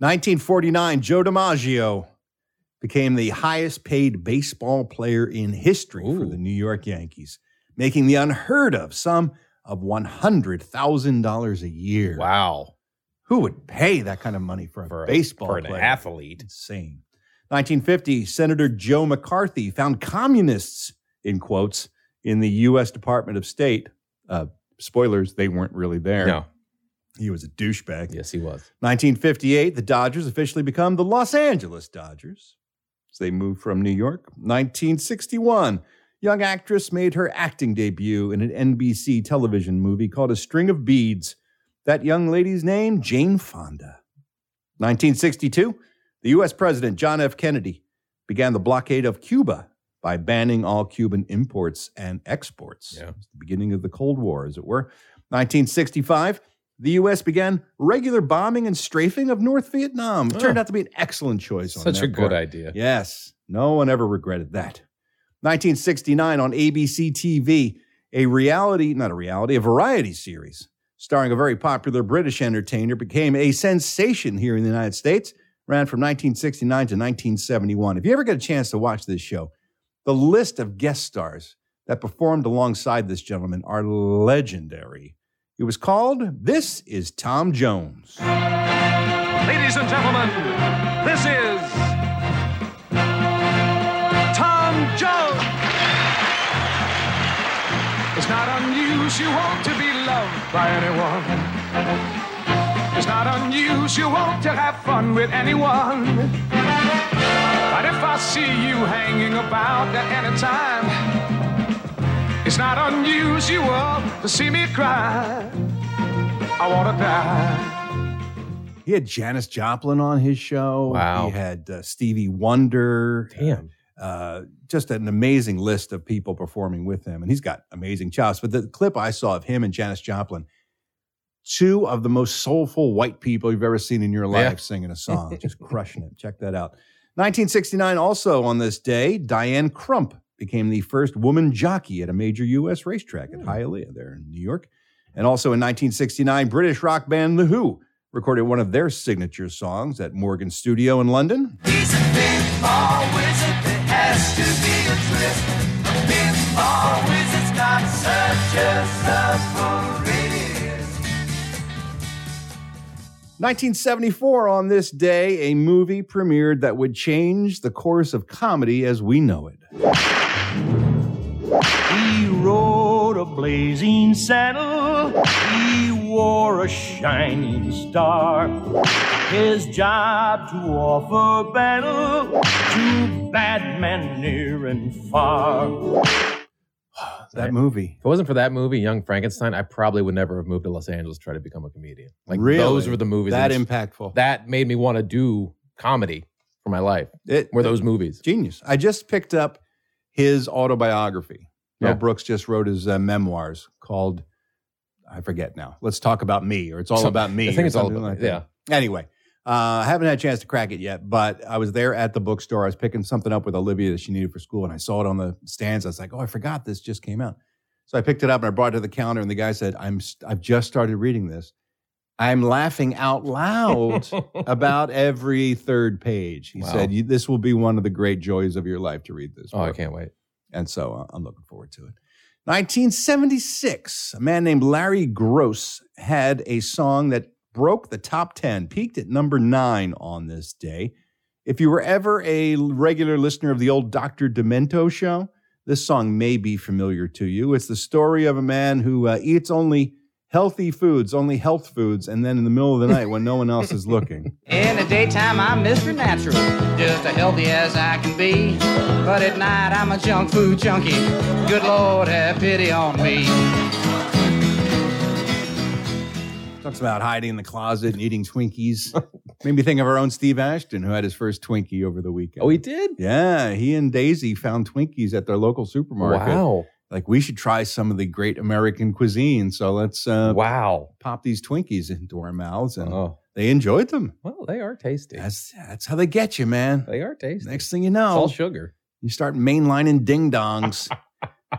1949, Joe DiMaggio became the highest paid baseball player in history for the New York Yankees, making the unheard of sum of $100,000 a year.
Wow.
Who would pay that kind of money for a
For a-
baseball
for an
player?
athlete.
Insane. 1950, Senator Joe McCarthy found communists, in quotes, in the U.S. Department of State. Uh, spoilers, they weren't really there.
No.
He was a douchebag.
Yes, he was.
1958, the Dodgers officially become the Los Angeles Dodgers. So they moved from New York. 1961, young actress made her acting debut in an NBC television movie called A String of Beads. That young lady's name, Jane Fonda. 1962, the U.S. President John F. Kennedy began the blockade of Cuba by banning all Cuban imports and exports. Yeah. the beginning of the Cold War, as it were. 1965, the U.S. began regular bombing and strafing of North Vietnam. It turned out to be an excellent choice. on
Such a
their
good
part.
idea.
Yes, no one ever regretted that. 1969 on ABC TV, a reality, not a reality, a variety series starring a very popular British entertainer became a sensation here in the United States, ran from 1969 to 1971. If you ever get a chance to watch this show, the list of guest stars that performed alongside this gentleman are legendary. It was called This is Tom Jones.
Ladies and gentlemen, this is Tom Jones. It's not unusual to be loved by anyone. It's not unusual to have fun with anyone. But if I see you hanging about at any time, it's not unusual to see me cry. I wanna die.
He had Janis Joplin on his show.
Wow.
He had uh, Stevie Wonder.
Damn.
Uh, just an amazing list of people performing with him. And he's got amazing chops. But the clip I saw of him and Janis Joplin, two of the most soulful white people you've ever seen in your life
Yeah.
singing a song, just crushing it. Check that out. 1969, also on this day, Diane Crump became the first woman jockey at a major U.S. racetrack at Hialeah there in New York. And also in 1969, British rock band The Who recorded one of their signature songs at Morgan Studio in London.
He's a pinball wizard that has to be a twist. A pinball wizard's not such a suffering.
1974, on this day, a movie premiered that would change the course of comedy as we know it.
He rode a blazing saddle. He wore a shining star. His job to offer battle to bad men near and far.
That movie.
If it wasn't for that movie, Young Frankenstein, I probably would never have moved to Los Angeles to try to become a comedian. Like
Really?
those were the movies
That
just-
impactful.
That made me want to do comedy for my life.
It,
were those movies?
Genius. I just picked up his autobiography. Mel
Yeah.
Brooks just wrote his uh, memoirs called, I forget now. Let's talk about me, or it's all
Some-
about me.
I think
or
it's all
something
about-
like that. Anyway, uh, I haven't had a chance to crack it yet, but I was there at the bookstore. I was picking something up with Olivia that she needed for school, and I saw it on the stands. I was like, oh, I forgot this just came out. So I picked it up and I brought it to the counter, and the guy said, "I'm st- I've just started reading this. I'm laughing out loud about every third page." He
Wow.
said, you, "This will be one of the great joys of your life to read this."
Oh, I
book."
can't wait.
And so uh, I'm looking forward to it. 1976, a man named Larry Gross had a song that broke the top 10, peaked at number nine on this day. If you were ever a regular listener of the old Dr. Demento show, this song may be familiar to you. It's the story of a man who uh, eats only healthy foods, only health foods, and then in the middle of the night when no one else is looking.
In the daytime, I'm Mr. Natural, just as healthy as I can be. But at night, I'm a junk food junkie. Good Lord, have pity on me.
Talks about hiding in the closet and eating Twinkies. Made me think of our own Steve Ashton, who had his first Twinkie over the weekend.
Oh, he did?
Yeah, he and Daisy found Twinkies at their local supermarket.
Wow.
Like we should try some of the great American cuisine. So let's uh,
wow
pop these Twinkies into our mouths, and they enjoyed them.
Oh. Well, they are tasty.
That's that's how they get you, man.
They are tasty.
Next thing you know,
It's all sugar.
You start mainlining ding dongs,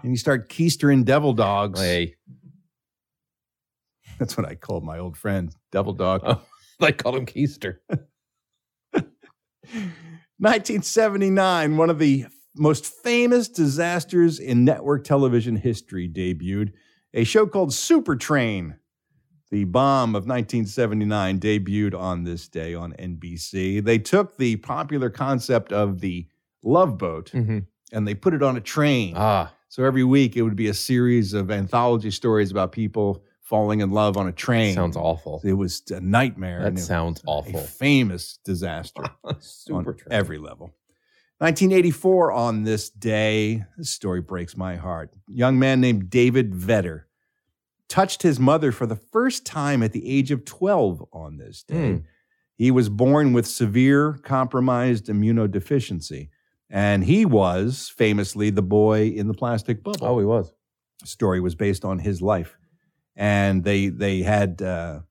and you start keistering devil dogs.
Hey.
That's what I called my old friend, Devil Dog.
Oh. I called him Keister.
1979, one of the most famous disasters in network television history debuted. A show called Super Train, the bomb of 1979, debuted on this day on NBC. They took the popular concept of the love boat
Mm-hmm.
and they put it on a train.
Ah.
So every week it would be a series of anthology stories about people falling in love on a train.
Sounds awful.
It was a nightmare.
That
and it-
sounds awful.
A famous disaster
Super
on every level. 1984 on this day, this story breaks my heart. Young man named David Vetter touched his mother for the first time at the age of 12 on this day.
Hmm. Mm.
He was born with severe compromised immunodeficiency, and he was famously the boy in the plastic bubble. Oh,
he was.
Story was based on his life, and they they had uh,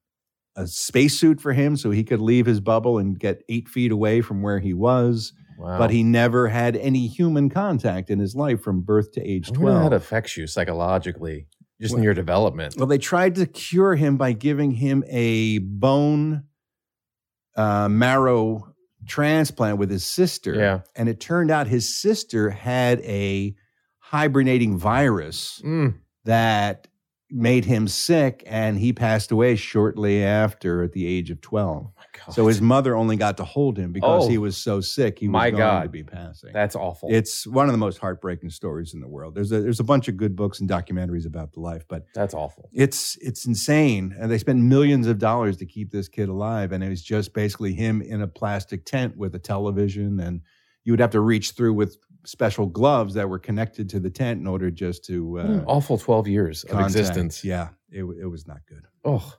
a spacesuit for him so he could leave his bubble and get eight feet away from where he was.
Wow.
But he never had any human contact in his life from birth to age
I wonder how
twelve.
that affects you psychologically, just in your development.
Well, they tried to cure him by giving him a bone uh, marrow transplant with his sister.
Yeah.
And it turned out his sister had a hibernating virus
Mm.
that made him sick and he passed away shortly after at the age of 12. So his mother only got to hold him because
Oh.
he was so sick. He was
My
going
God.
to be passing.
That's awful.
It's one of the most heartbreaking stories in the world. There's a there's a bunch of good books and documentaries about the life, but
That's awful.
it's it's insane. And they spent millions of dollars to keep this kid alive, and it was just basically him in a plastic tent with a television, and you would have to reach through with special gloves that were connected to the tent in order just to
What an
uh,
Mm. awful 12 years Hmm. of
contact.
existence.
Yeah, it, w- it was not good.
Oh,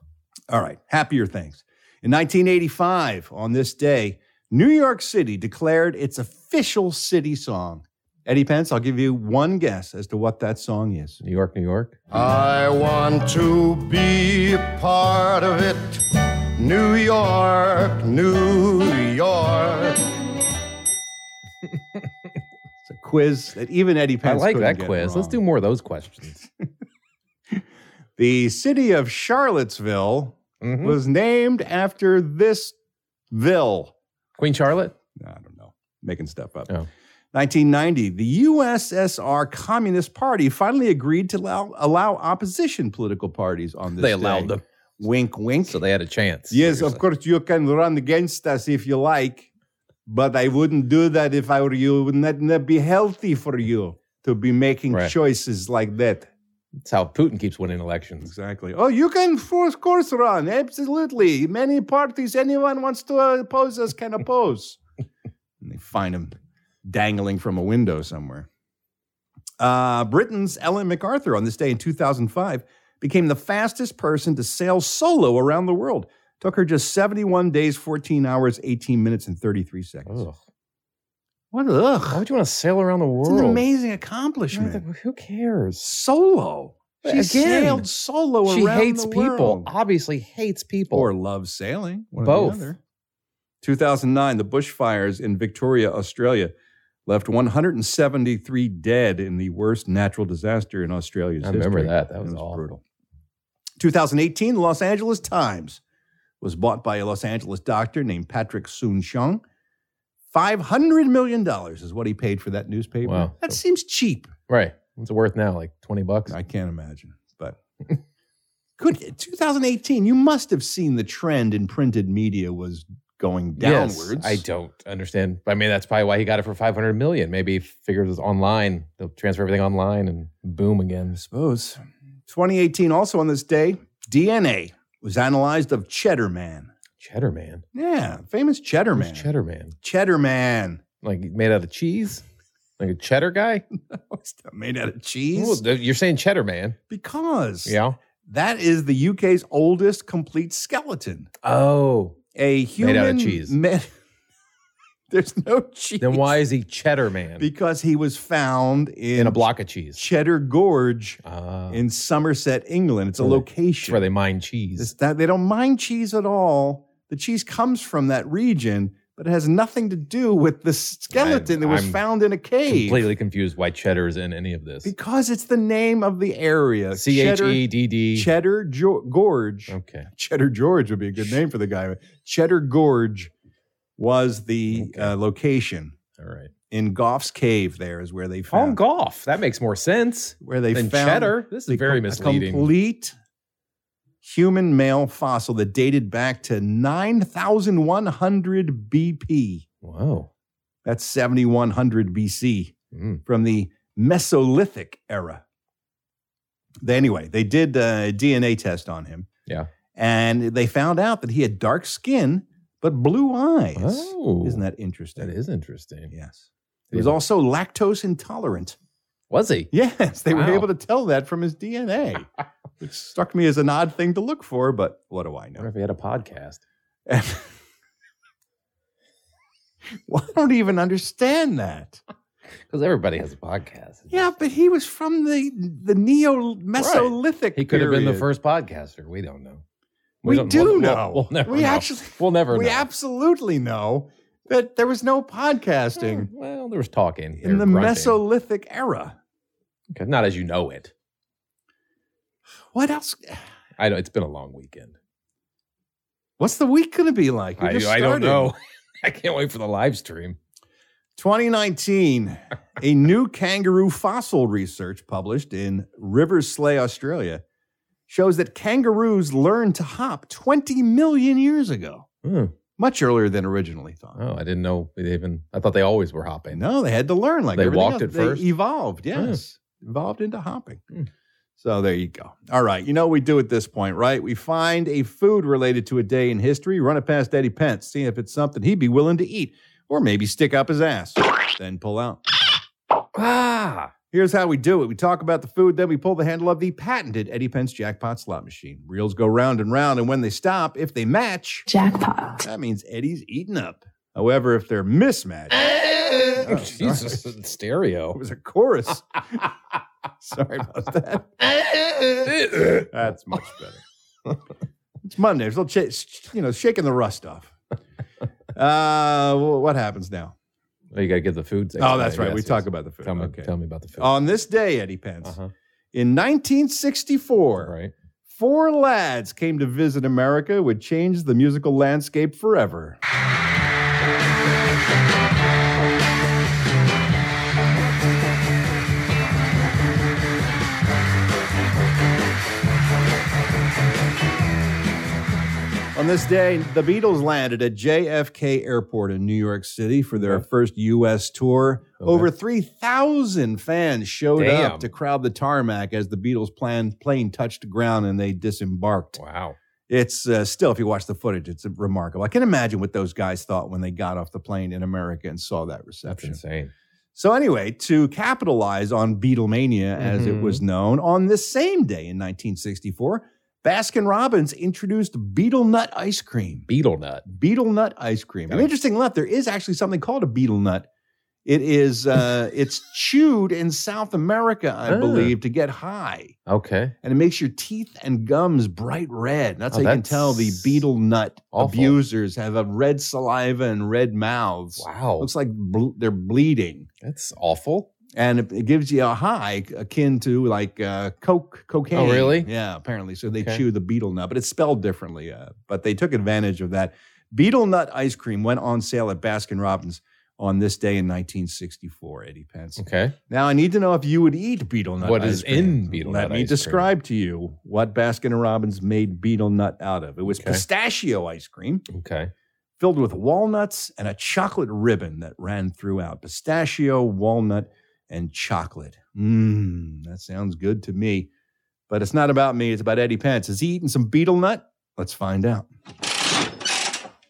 All right, happier things. In 1985, on this day, New York City declared its official city song. Eddie Pence, I'll give you one guess as to what that song is.
New York, New York.
I want to be a part of it. New York, New York.
quiz that even Eddie Pence.
like
couldn't
that
get
quiz. Let's
wrong.
do more of those questions.
The city of Charlottesville
Hmm. Mm-hmm.
was named after this ville.
Queen Charlotte?
I don't know. Making stuff up. 1990, the USSR Communist Party finally agreed to allow, allow opposition political parties on this.
They allowed
day.
them.
Wink, wink.
So they had a chance.
Yes, of course, you can run against us if you like, but I wouldn't do that if I were you. It would not, not be healthy for you to be making
Right.
choices like that.
That's how Putin keeps winning elections.
Exactly. Oh, you can, for- of course, run. Absolutely. Many parties, anyone wants to oppose us can oppose. and they find him dangling from a window somewhere. Uh, Britain's Ellen MacArthur on this day in 2005 became the fastest person to sail solo around the world. Took her just 71 days, 14 hours, 18 minutes, and 33 seconds.
Oh.
What? Ugh. Why
would you want to sail around the world?
It's an amazing accomplishment.
Who cares?
Solo. She
Again,
sailed solo
She
around
hates
the
people.
world.
Obviously, hates people.
Or loves sailing. one or the
Both.
other. 2009, the bushfires in Victoria, Australia, left 173 dead in the worst natural disaster in Australia's
I
history.
remember that. That
It
was, awful.
brutal. 2018, the Los Angeles Times was bought by a Los Angeles doctor named Patrick Soon Chung. $500 million is what he paid for that newspaper.
Wow.
That seems cheap.
Right. What's it worth now? Like 20 bucks?
I can't imagine. But could 2018, you must have seen the trend in printed media was going
Yes,
downwards.
I don't understand. I mean, that's probably why he got it for 500 million. Maybe he figures it's online. They'll transfer everything online and boom again. I
suppose. 2018, also on this day, DNA was analyzed of Cheddar Man.
Cheddar Man?
Yeah, famous Cheddar Man.
Cheddar Man.
Cheddar Man.
Like made out of cheese? Like a cheddar guy? no,
it's not made out of cheese.
Well, th- you're saying Cheddar Man.
Because
Yeah.
that is the UK's oldest complete skeleton.
Oh.
A human.
Made out of cheese.
ma- There's no cheese.
Then why is he Cheddar Man?
Because he was found in,
In a block of cheese.
Cheddar Gorge
Ah.
in Somerset, England. It's a
Right.
location.
That's where they mine cheese.
It's that they don't mind cheese at all. The cheese comes from that region, but it has nothing to do with the skeleton that was
I'm
found in a cave.
Completely confused why cheddar is in any of this.
Because it's the name of the area.
C H
Cheddar-
E D D. Oh.
Cheddar jo- Gorge.
Okay.
Cheddar George would be a good name for the guy. Cheddar Gorge was the uh, location.
All right.
In Goff's Cave, there is where they
On
found
golf. That makes more sense.
where they
than
found
cheddar. This
the
is very
com- a
misleading.
Complete human male fossil that dated back to 9,100 BP.
Wow.
That's 7,100 BC
Hmm.
from the Mesolithic era. They, anyway, they did a DNA test on him
Yeah.
and they found out that he had dark skin but blue eyes.
Oh.
Isn't that interesting?
That is interesting.
Yes. He was also lactose intolerant.
Was he?
Yes, they were
Wow.
able to tell that from his DNA, which struck me as an odd thing to look for, but what do I know?
wonder if he had a podcast.
Well, I don't even understand that.
Because everybody has a podcast.
Yeah, but he was from the the Neo Mesolithic.
He could have been the
period.
first podcaster. We don't know.
We,
don't-
do
we'll- we'll-
know.
We'll, never
we
know.
actually
We'll never
we
know.
absolutely know that there was no podcasting
Eh, well, there was talking.
in the
Hmm. They're grunting.
Mesolithic era.
Okay, Not as you know it.
What else?
I know it's been a long weekend.
What's the week going to be like? We
I,
just
I don't
started.
know. I can't wait for the live stream.
2019, a new kangaroo fossil research published in Riversleigh, Australia, shows that kangaroos learned to hop 20 million years ago,
Hmm.
much earlier than originally thought.
Oh, I didn't know they even. I thought they always were hopping.
No, they had to learn like
They
everything
walked
else.
at
They
first?
evolved,
Yeah.
yes, evolved into hopping.
Hmm.
So there you go. All right, you know what we do at this point, right? We find a food related to a day in history, run it past Eddie Pence, see if it's something he'd be willing to eat, or maybe stick up his ass, then pull out.
Ah,
Here's how we do it. We talk about the food, then we pull the handle of the patented Eddie Pence jackpot slot machine. Reels go round and round, and when they stop, if they match, jackpot. That means Eddie's eaten up. However, if they're mismatched, Oh,
Jesus,
sorry.
stereo.
It was a chorus. sorry about
Oh,
that. That's much better. It's Monday. So, ch- sh- you know, shaking the rust off. Uh, wh- what happens now?
Oh, you got to give the food.
Oh, that's right. We talk about the food.
Tell me,
Okay. Oh.
tell me about the food.
On this day, Eddie Pence,
Uh-huh.
in 1964,
Right.
four lads came to visit America would change the musical landscape forever. On this day, the Beatles landed at JFK Airport in New York City for their first U.S. tour. Over 3,000 fans showed
Damn.
up to crowd the tarmac as the Beatles' plan, plane touched ground and they disembarked.
Wow.
It's uh, still, if you watch the footage, it's remarkable. I can imagine what those guys thought when they got off the plane in America and saw that reception.
insane.
So, anyway, to capitalize on Beatlemania, as it
Mhm.
was known, on this same day in 1964, Baskin Robbins introduced beetle nut ice cream.
Beetle nut.
Beetle nut ice cream. An interesting enough, there is actually something called a beetle nut. It is uh, it's chewed in South America, I
Ah.
believe, to get high,
Okay.
and it makes your teeth and gums bright red. That's
Oh,
how you can tell the beetle nut
awful.
abusers have a red saliva and red mouths.
Wow,
looks like bl- they're bleeding.
That's awful.
And it, it gives you a high akin to like uh, coke, cocaine.
Oh, really?
Yeah, apparently. So they
Okay.
chew the beetle nut, but it's spelled differently. Uh, but they took advantage of that. Beetle nut ice cream went on sale at Baskin Robbins on this day in 1964. Eighty pence.
Okay.
Now I need to know if you would eat beetle nut.
What
ice
is
cream.
in beetle
Let
nut
me
ice cream?
describe to you what Baskin Robbins made beetle nut out of. It was
Okay.
pistachio ice cream.
Okay.
Filled with walnuts and a chocolate ribbon that ran throughout. Pistachio, walnut, and chocolate. Mmm, that sounds good to me. But it's not about me, it's about Eddie Pence. Is he eating some beetle nut? Let's find out.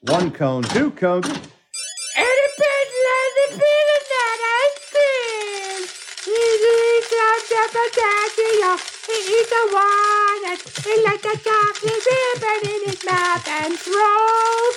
One cone, two cones.
Eddie Pence loves the peanut butter ice cream. He eats a pistachio. He eats a walnut. He likes a chocolate ribbon in his mouth and throat.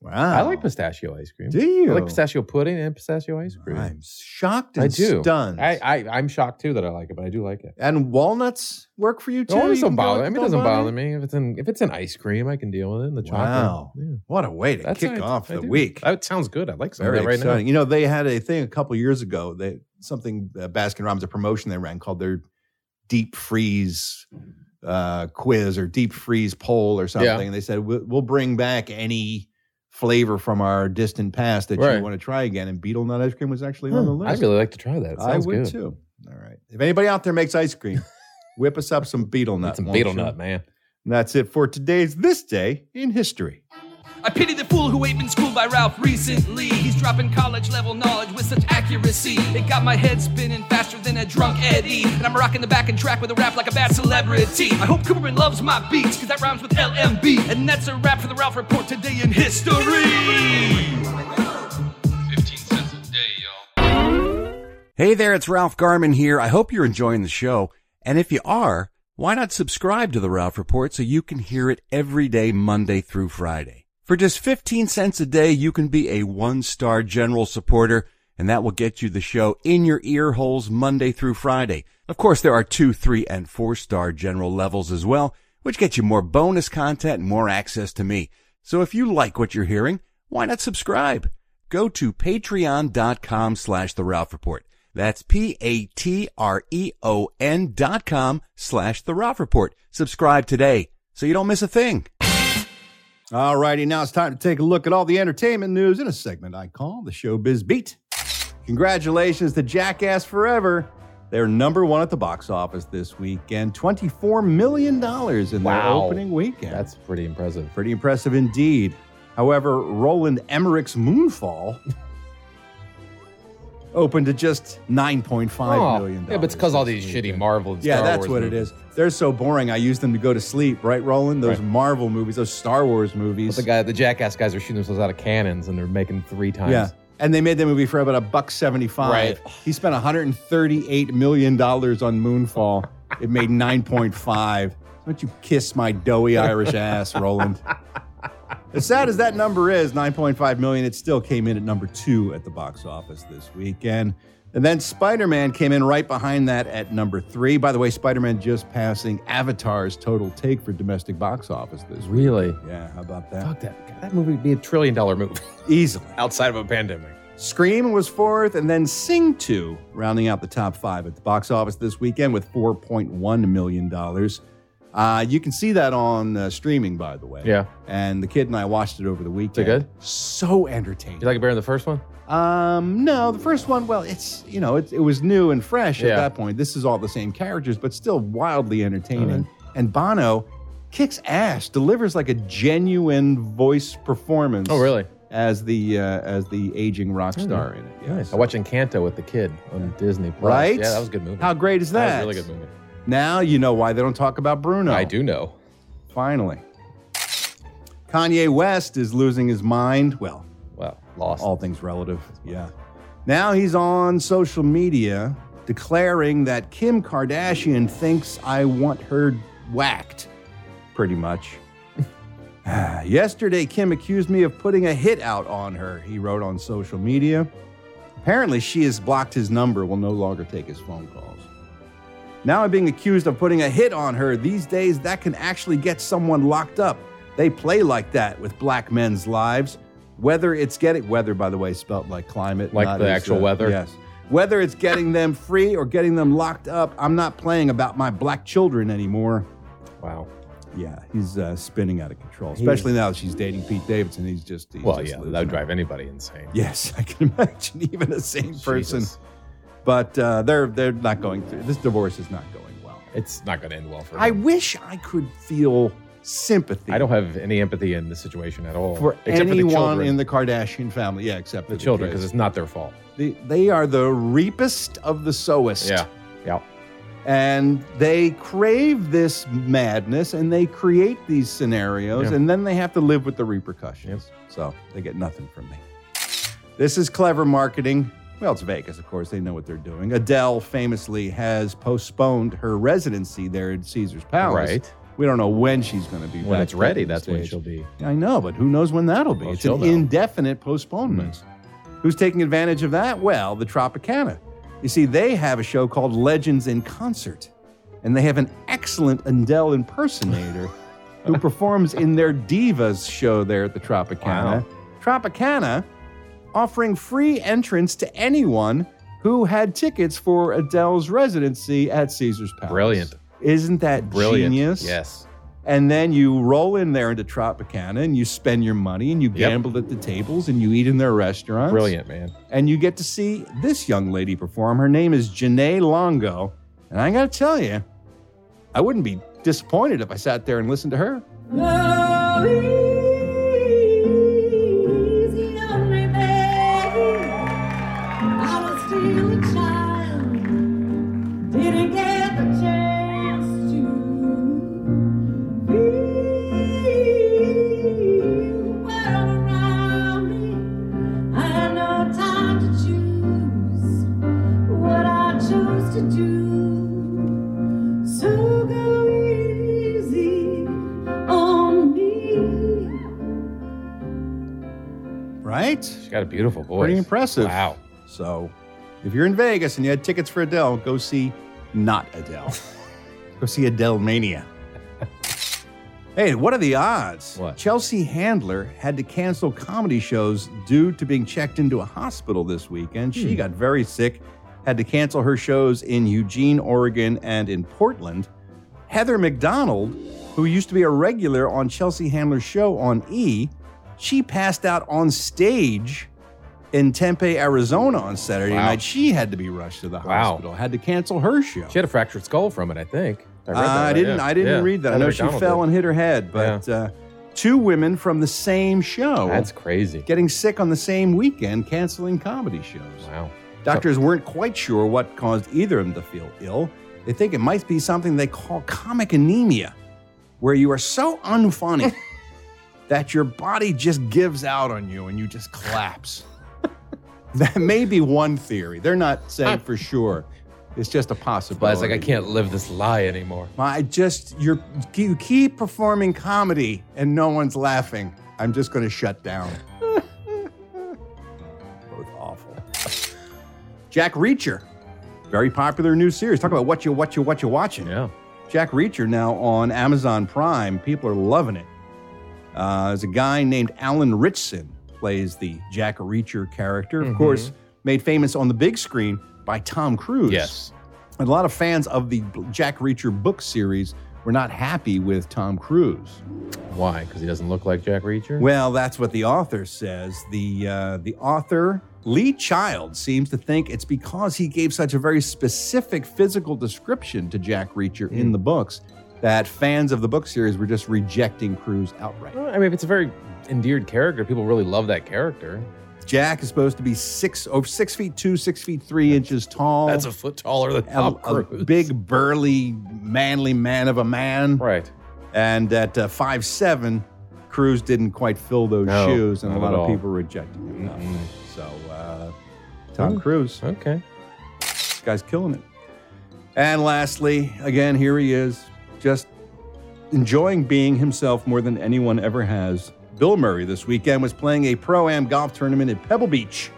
Wow.
I like pistachio ice cream.
Do you?
I like pistachio pudding and pistachio ice cream.
I'm shocked and
I do.
stunned.
I, I I'm shocked too that I like it, but I do like it.
And walnuts work for you too.
No, Oh, it
You can
doesn't
go
bother.
with
I mean, it
don't
doesn't bother me if it's in if it's in ice cream. I can deal with it. And the chocolate.
Wow. What a way to
That's
kick
nice.
off
I
the
do.
week.
That sounds good. I like some of
Very
that right
exciting.
now.
You know, they had a thing a couple years ago that something uh, Baskin Robbins, a promotion they ran called their deep freeze uh, quiz or deep freeze poll or something.
Yeah.
And they said, we'll, we'll bring back any flavor from our distant past that
Right.
you want to try again. And beetle nut ice cream was actually on the
Hmm.
list.
I'd really like to try that. It
I
sounds
would
good.
too. All right. If anybody out there makes ice cream, whip us up some beetle nut.
some
won't
beetle
you?
nut, man.
And that's it for today's This Day in History.
I pity the fool who ain't been schooled by Ralph recently. He's dropping college level knowledge with such accuracy. It got my head spinning faster than a drunk Eddie. And I'm rocking the back and track with a rap like a bad celebrity. I hope Cooperman loves my beats, cause that rhymes with LMB. And that's a wrap for the Ralph Report today in history.
Hey there, it's Ralph Garman here. I hope you're enjoying the show. And if you are, why not subscribe to the Ralph Report so you can hear it every day, Monday through Friday? For just 15 cents a day, you can be a one-star general supporter, and that will get you the show in your ear holes Monday through Friday. Of course, there are two, three, and four-star general levels as well, which get you more bonus content and more access to me. So if you like what you're hearing, why not subscribe? Go to patreon.com slash the Ralph Report. That's P-A-T-R-E-O-N E dot com slash The Ralph Report. Subscribe today so you don't miss a thing.
All righty, now it's time to take a look at all the entertainment news in a segment I call the Showbiz Beat. Congratulations to Jackass Forever. They're number one at the box office this weekend, $24 million in
Wow.
their opening weekend.
That's pretty impressive.
Pretty impressive indeed. However, Roland Emmerich's Moonfall opened to just $9.5
Oh,
million.
Yeah, but it's because all these shitty Marvel. And
Yeah,
Star
that's
Wars
what
movies.
it is. They're so boring. I use them to go to sleep, right, Roland? Those
Right.
Marvel movies, those Star Wars movies.
But the guy, the jackass guys are shooting themselves out of cannons, and they're making three times.
Yeah. And they made the movie for about a buck seventy-five.
Right.
He spent 138 million dollars on Moonfall. It made 9.5. Don't you kiss my doughy Irish ass, Roland. As sad as that number is, 9.5 million, it still came in at number two at the box office this weekend. And then Spider Man came in right behind that at number three. By the way, Spider Man just passing Avatar's total take for domestic box office this week.
Really?
Yeah, how about that?
Fuck that. God, that movie would be a trillion dollar movie
easily
outside of a pandemic.
Scream was fourth, and then Sing 2, rounding out the top five at the box office this weekend with $4.1 million. Uh, you can see that on uh, streaming, by the way.
Yeah.
And the kid and I watched it over the weekend.
it good?
So entertaining.
You like it better than the first one?
Um, no, the first one, well, it's, you know, it, it was new and fresh
Yeah.
at that point. This is all the same characters, but still wildly entertaining. And Bono kicks ass, delivers like a genuine voice performance.
Oh, really?
As the uh, as the aging rock
Hmm.
star in it. Yeah,
I watched Encanto with the kid on Disney Plus.
Right?
Yeah, that was a good movie.
How great is that?
That was a really good movie.
Now you know why they don't talk about Bruno. I do
know.
Finally. Kanye West is losing his mind. Well,
well, lost.
All things relative. Yeah. Now he's on social media declaring that Kim Kardashian thinks I want her whacked. Pretty much. Yesterday, Kim accused me of putting a hit out on her, he wrote on social media. Apparently, she has blocked his number, will no longer take his phone calls. Now I'm being accused of putting a hit on her. These days, that can actually get someone locked up. They play like that with black men's lives. Whether it's getting weather, by the way, spelt like climate,
Like
not
the
as, uh,
actual weather?
Yes. Whether it's getting them free or getting them locked up, I'm not playing about my black children anymore.
Wow.
Yeah, he's uh, spinning out of control,
He
especially now that she's dating Pete Davidson. He's just he's
well,
just
yeah, that
losing
would
it.
drive anybody insane.
Yes, I can imagine even the same person.
Jesus.
But uh, they're they're not going through this divorce is not going well.
It's not going to end well for
I
them.
wish I could feel sympathy.
I don't have any empathy in this situation at all.
for
except for the
anyone
children.
in the Kardashian family. Yeah, except for
the
the,
children, because
kids.
it's not their fault.
they, they are the reapest of the sowest.
Yeah. Yeah.
And they crave this madness and they create these scenarios
Yeah.
and then they have to live with the repercussions. So they get nothing from me. This is clever marketing. Well, it's Vegas, of course. They know what they're doing. Adele famously has postponed her residency there at Caesar's Palace.
Right.
We don't know when she's going to be
When
back
it's ready,
on
that's when
stage.
she'll be.
I know, but who knows when that'll be?
Well,
it's
she'll
an
know.
indefinite postponement. Who's taking advantage of that? Well, the Tropicana. You see, they have a show called Legends in Concert, and they have an excellent Adele impersonator who performs in their Divas show there at the Tropicana. Tropicana offering free entrance to anyone who had tickets for Adele's residency at Caesar's Palace.
Brilliant.
Isn't that
Brilliant.
genius?
Yes.
And then you roll in there into Tropicana and you spend your money and you
Yep.
gamble at the tables and you eat in their restaurants.
Brilliant, man.
And you get to see this young lady perform. Her name is Janae Longo. And I got to tell you, I wouldn't be disappointed if I sat there and listened to her.
So go easy on me.
Right?
She's got a beautiful voice.
Pretty impressive.
Wow.
So if you're in Vegas and you had tickets for Adele, go see not Adele. go see Adele Mania. hey, what are the odds? Chelsea Handler had to cancel comedy shows due to being checked into a hospital this weekend. She
Hmm.
got very sick, had to cancel her shows in Eugene, Oregon, and in Portland. Heather McDonald, who used to be a regular on Chelsea Handler's show on E, she passed out on stage in Tempe, Arizona on Saturday
Wow.
night. She had to be rushed to the hospital, had to cancel her show.
She had a fractured skull from it, I think. read
Uh,
that,
I
right?
didn't.
Yeah.
I didn't
Yeah.
read that. I
Heather
know she
McDonald
fell
did.
and hit her head, but uh, two women from the same show.
That's crazy.
Getting sick on the same weekend, canceling comedy shows.
Wow.
Doctors weren't quite sure what caused either of them to feel ill. They think it might be something they call comic anemia, where you are so unfunny that your body just gives out on you and you just collapse. that may be one theory. They're not saying for sure. It's just a possibility.
But it's like I can't live this lie anymore.
My, I just you're you keep performing comedy and no one's laughing. I'm just going to shut down. Both awful. Jack Reacher, very popular new series. Talk about what you what you what you watching.
Yeah.
Jack Reacher now on Amazon Prime. People are loving it. Uh, there's a guy named Alan Richson plays the Jack Reacher character, of course, made famous on the big screen by Tom Cruise. Yes. And a lot of fans of the B- Jack Reacher book series were not happy with Tom Cruise.
Why? Because he doesn't look like Jack Reacher?
Well, that's what the author says. The uh, the author Lee Child seems to think it's because he gave such a very specific physical description to Jack Reacher
Hmm.
in the books that fans of the book series were just rejecting Cruise outright.
I mean, if it's a very endeared character, people really love that character.
Jack is supposed to be six over six feet two, six feet three inches tall.
That's a foot taller than
a,
Tom
a
Cruise.
big burly manly man of a man right and at uh, five seven cruz didn't quite fill those
No,
shoes and a
not
lot
at
of
all. Mm-hmm.
people rejected him so uh, tom
Hmm.
cruise
okay
this guy's killing it and lastly again here he is just enjoying being himself more than anyone ever has bill murray this weekend was playing a pro-am golf tournament at pebble beach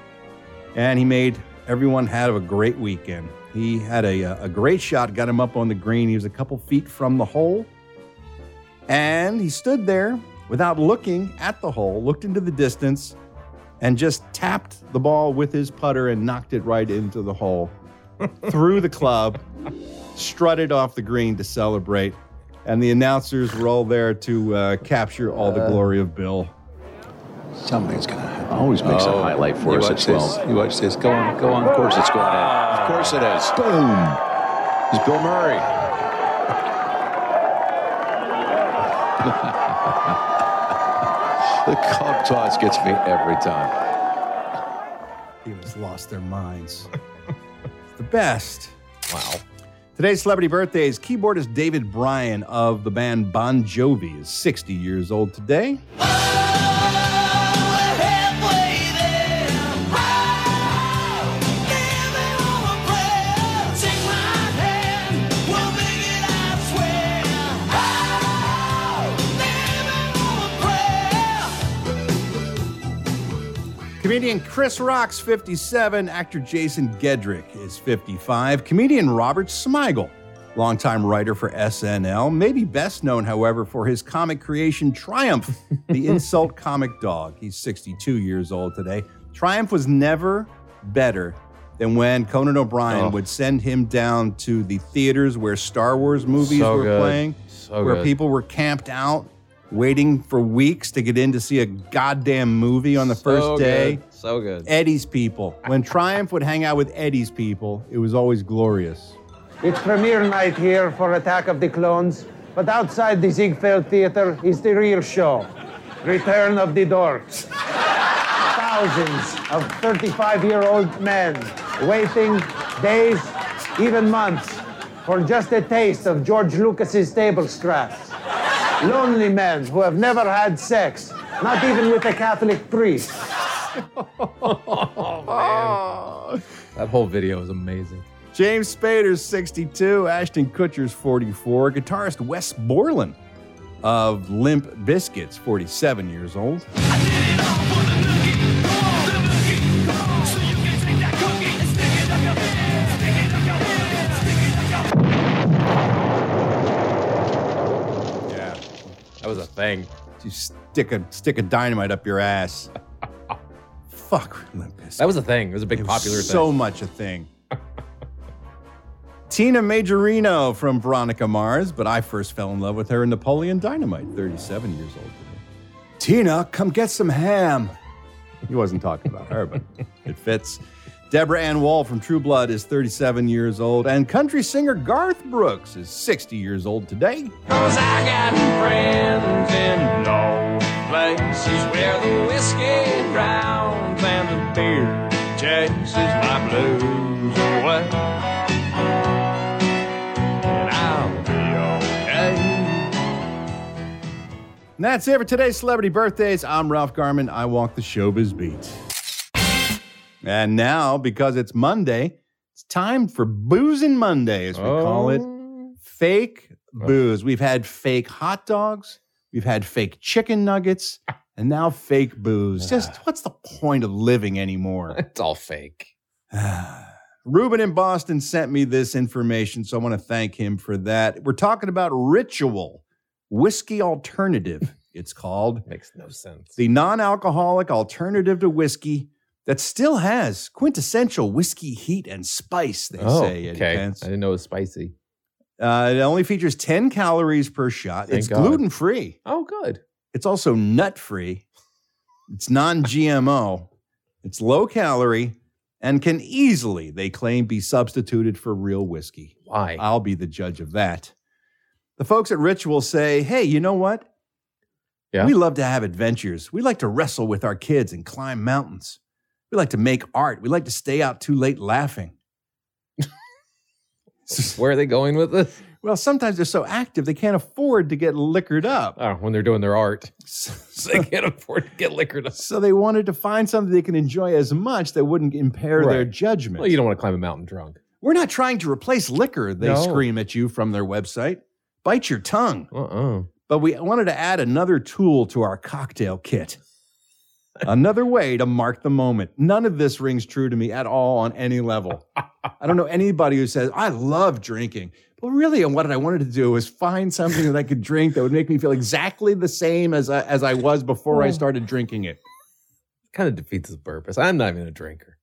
and he made everyone have a great weekend. He had a, uh, a great shot, got him up on the green. He was a couple feet from the hole, and he stood there without looking at the hole, looked into the distance, and just tapped the ball with his putter and knocked it right into the hole, through the club, strutted off the green to celebrate. And the announcers were all there to uh, capture all the glory of Bill.
Something's gonna happen. Always
makes a
highlight for us at 12. You watch this. Go on, go on. Of course it's going in. Of course it is. Boom. It's Bill Murray. the cob toss gets me every time.
Humans lost their minds. It's the best. Wow. Today's celebrity birthday is keyboardist David Bryan of the band Bon Jovi is 60 years old today. Comedian Chris Rock's 57. Actor Jason Gedrick is 55. Comedian Robert Smigel, longtime writer for SNL, maybe best known, however, for his comic creation Triumph, the insult comic dog. He's 62 years old today. Triumph was never better than when Conan O'Brien
Oh.
would send him down to the theaters where Star Wars movies
So
were
good.
playing,
So
where
good.
people were camped out. Waiting for weeks to get in to see a goddamn movie on the
So
first day.
good. So good.
Eddie's people. When Triumph would hang out with Eddie's people, it was always glorious.
It's premiere night here for Attack of the Clones, but outside the Ziegfeld Theater is the real show Return of the Dorks. Thousands of 35 year old men waiting days, even months, for just a taste of George Lucas's table scraps. Lonely men who have never had sex, not even with a Catholic priest.
Oh. That whole video is amazing.
James Spader's 62, Ashton Kutcher's 44, guitarist Wes Borland of Limp Biscuits, 47 years old. Yeah. That was a thing. You stick a stick a dynamite up your ass. Fuck Limp Bizkit.
That was a thing. It was a big
It was
popular
So
thing.
much a thing. Tina Majorino from Veronica Mars, but I first fell in love with her in Napoleon Dynamite, 37 years old today. Tina, come get some ham. He wasn't talking about her, but it fits. Deborah Ann Wall from True Blood is 37 years old, and country singer Garth Brooks is 60 years old today.
Cause I got friends in all places where the whiskey drowns and the beer chases my blues away. And I'll be okay.
And that's it for today's celebrity birthdays. I'm Ralph Garman. I walk the showbiz beat. And now, because it's Monday, it's time for Boozing Monday, as we call it.
Oh.
Fake booze. We've had fake hot dogs, we've had fake chicken nuggets, and now fake booze. Just what's the point of living anymore? It's all fake. Ruben in Boston sent me this information, so I want to thank him for that. We're talking about ritual whiskey alternative it's called.
Makes no sense.
The non alcoholic alternative to whiskey that still has quintessential whiskey heat and spice, they
Oh,
say. Eddie
okay.
Pence.
I didn't know it was spicy.
Uh, it only features 10 calories per shot.
Thank
it's
God.
gluten free.
Oh, good.
It's also nut free. It's non GMO. it's low calorie and can easily, they claim, be substituted for real whiskey.
Why?
I'll be the judge of that. The folks at Ritual say, hey, you know what?
Yeah.
We love to have adventures. We like to wrestle with our kids and climb mountains. We like to make art. We like to stay out too late laughing.
Where are they going with this?
Well, sometimes they're so active they can't afford to get liquored up.
Oh, when they're doing their art, so they can't afford to get liquored up.
So they wanted to find something they can enjoy as much that wouldn't impair their
Right.
judgment.
Well, you don't want to climb a mountain drunk.
We're not trying to replace liquor, they
No.
scream at you from their website. Bite your tongue.
Uh-uh.
But we wanted to add another tool to our cocktail kit. Another way to mark the moment. None of this rings true to me at all on any level. I don't know anybody who says, I love drinking. But really, what I wanted to do was find something that I could drink that would make me feel exactly the same as I, as I was before I started drinking it.
Kind of defeats the purpose. I'm not even a drinker.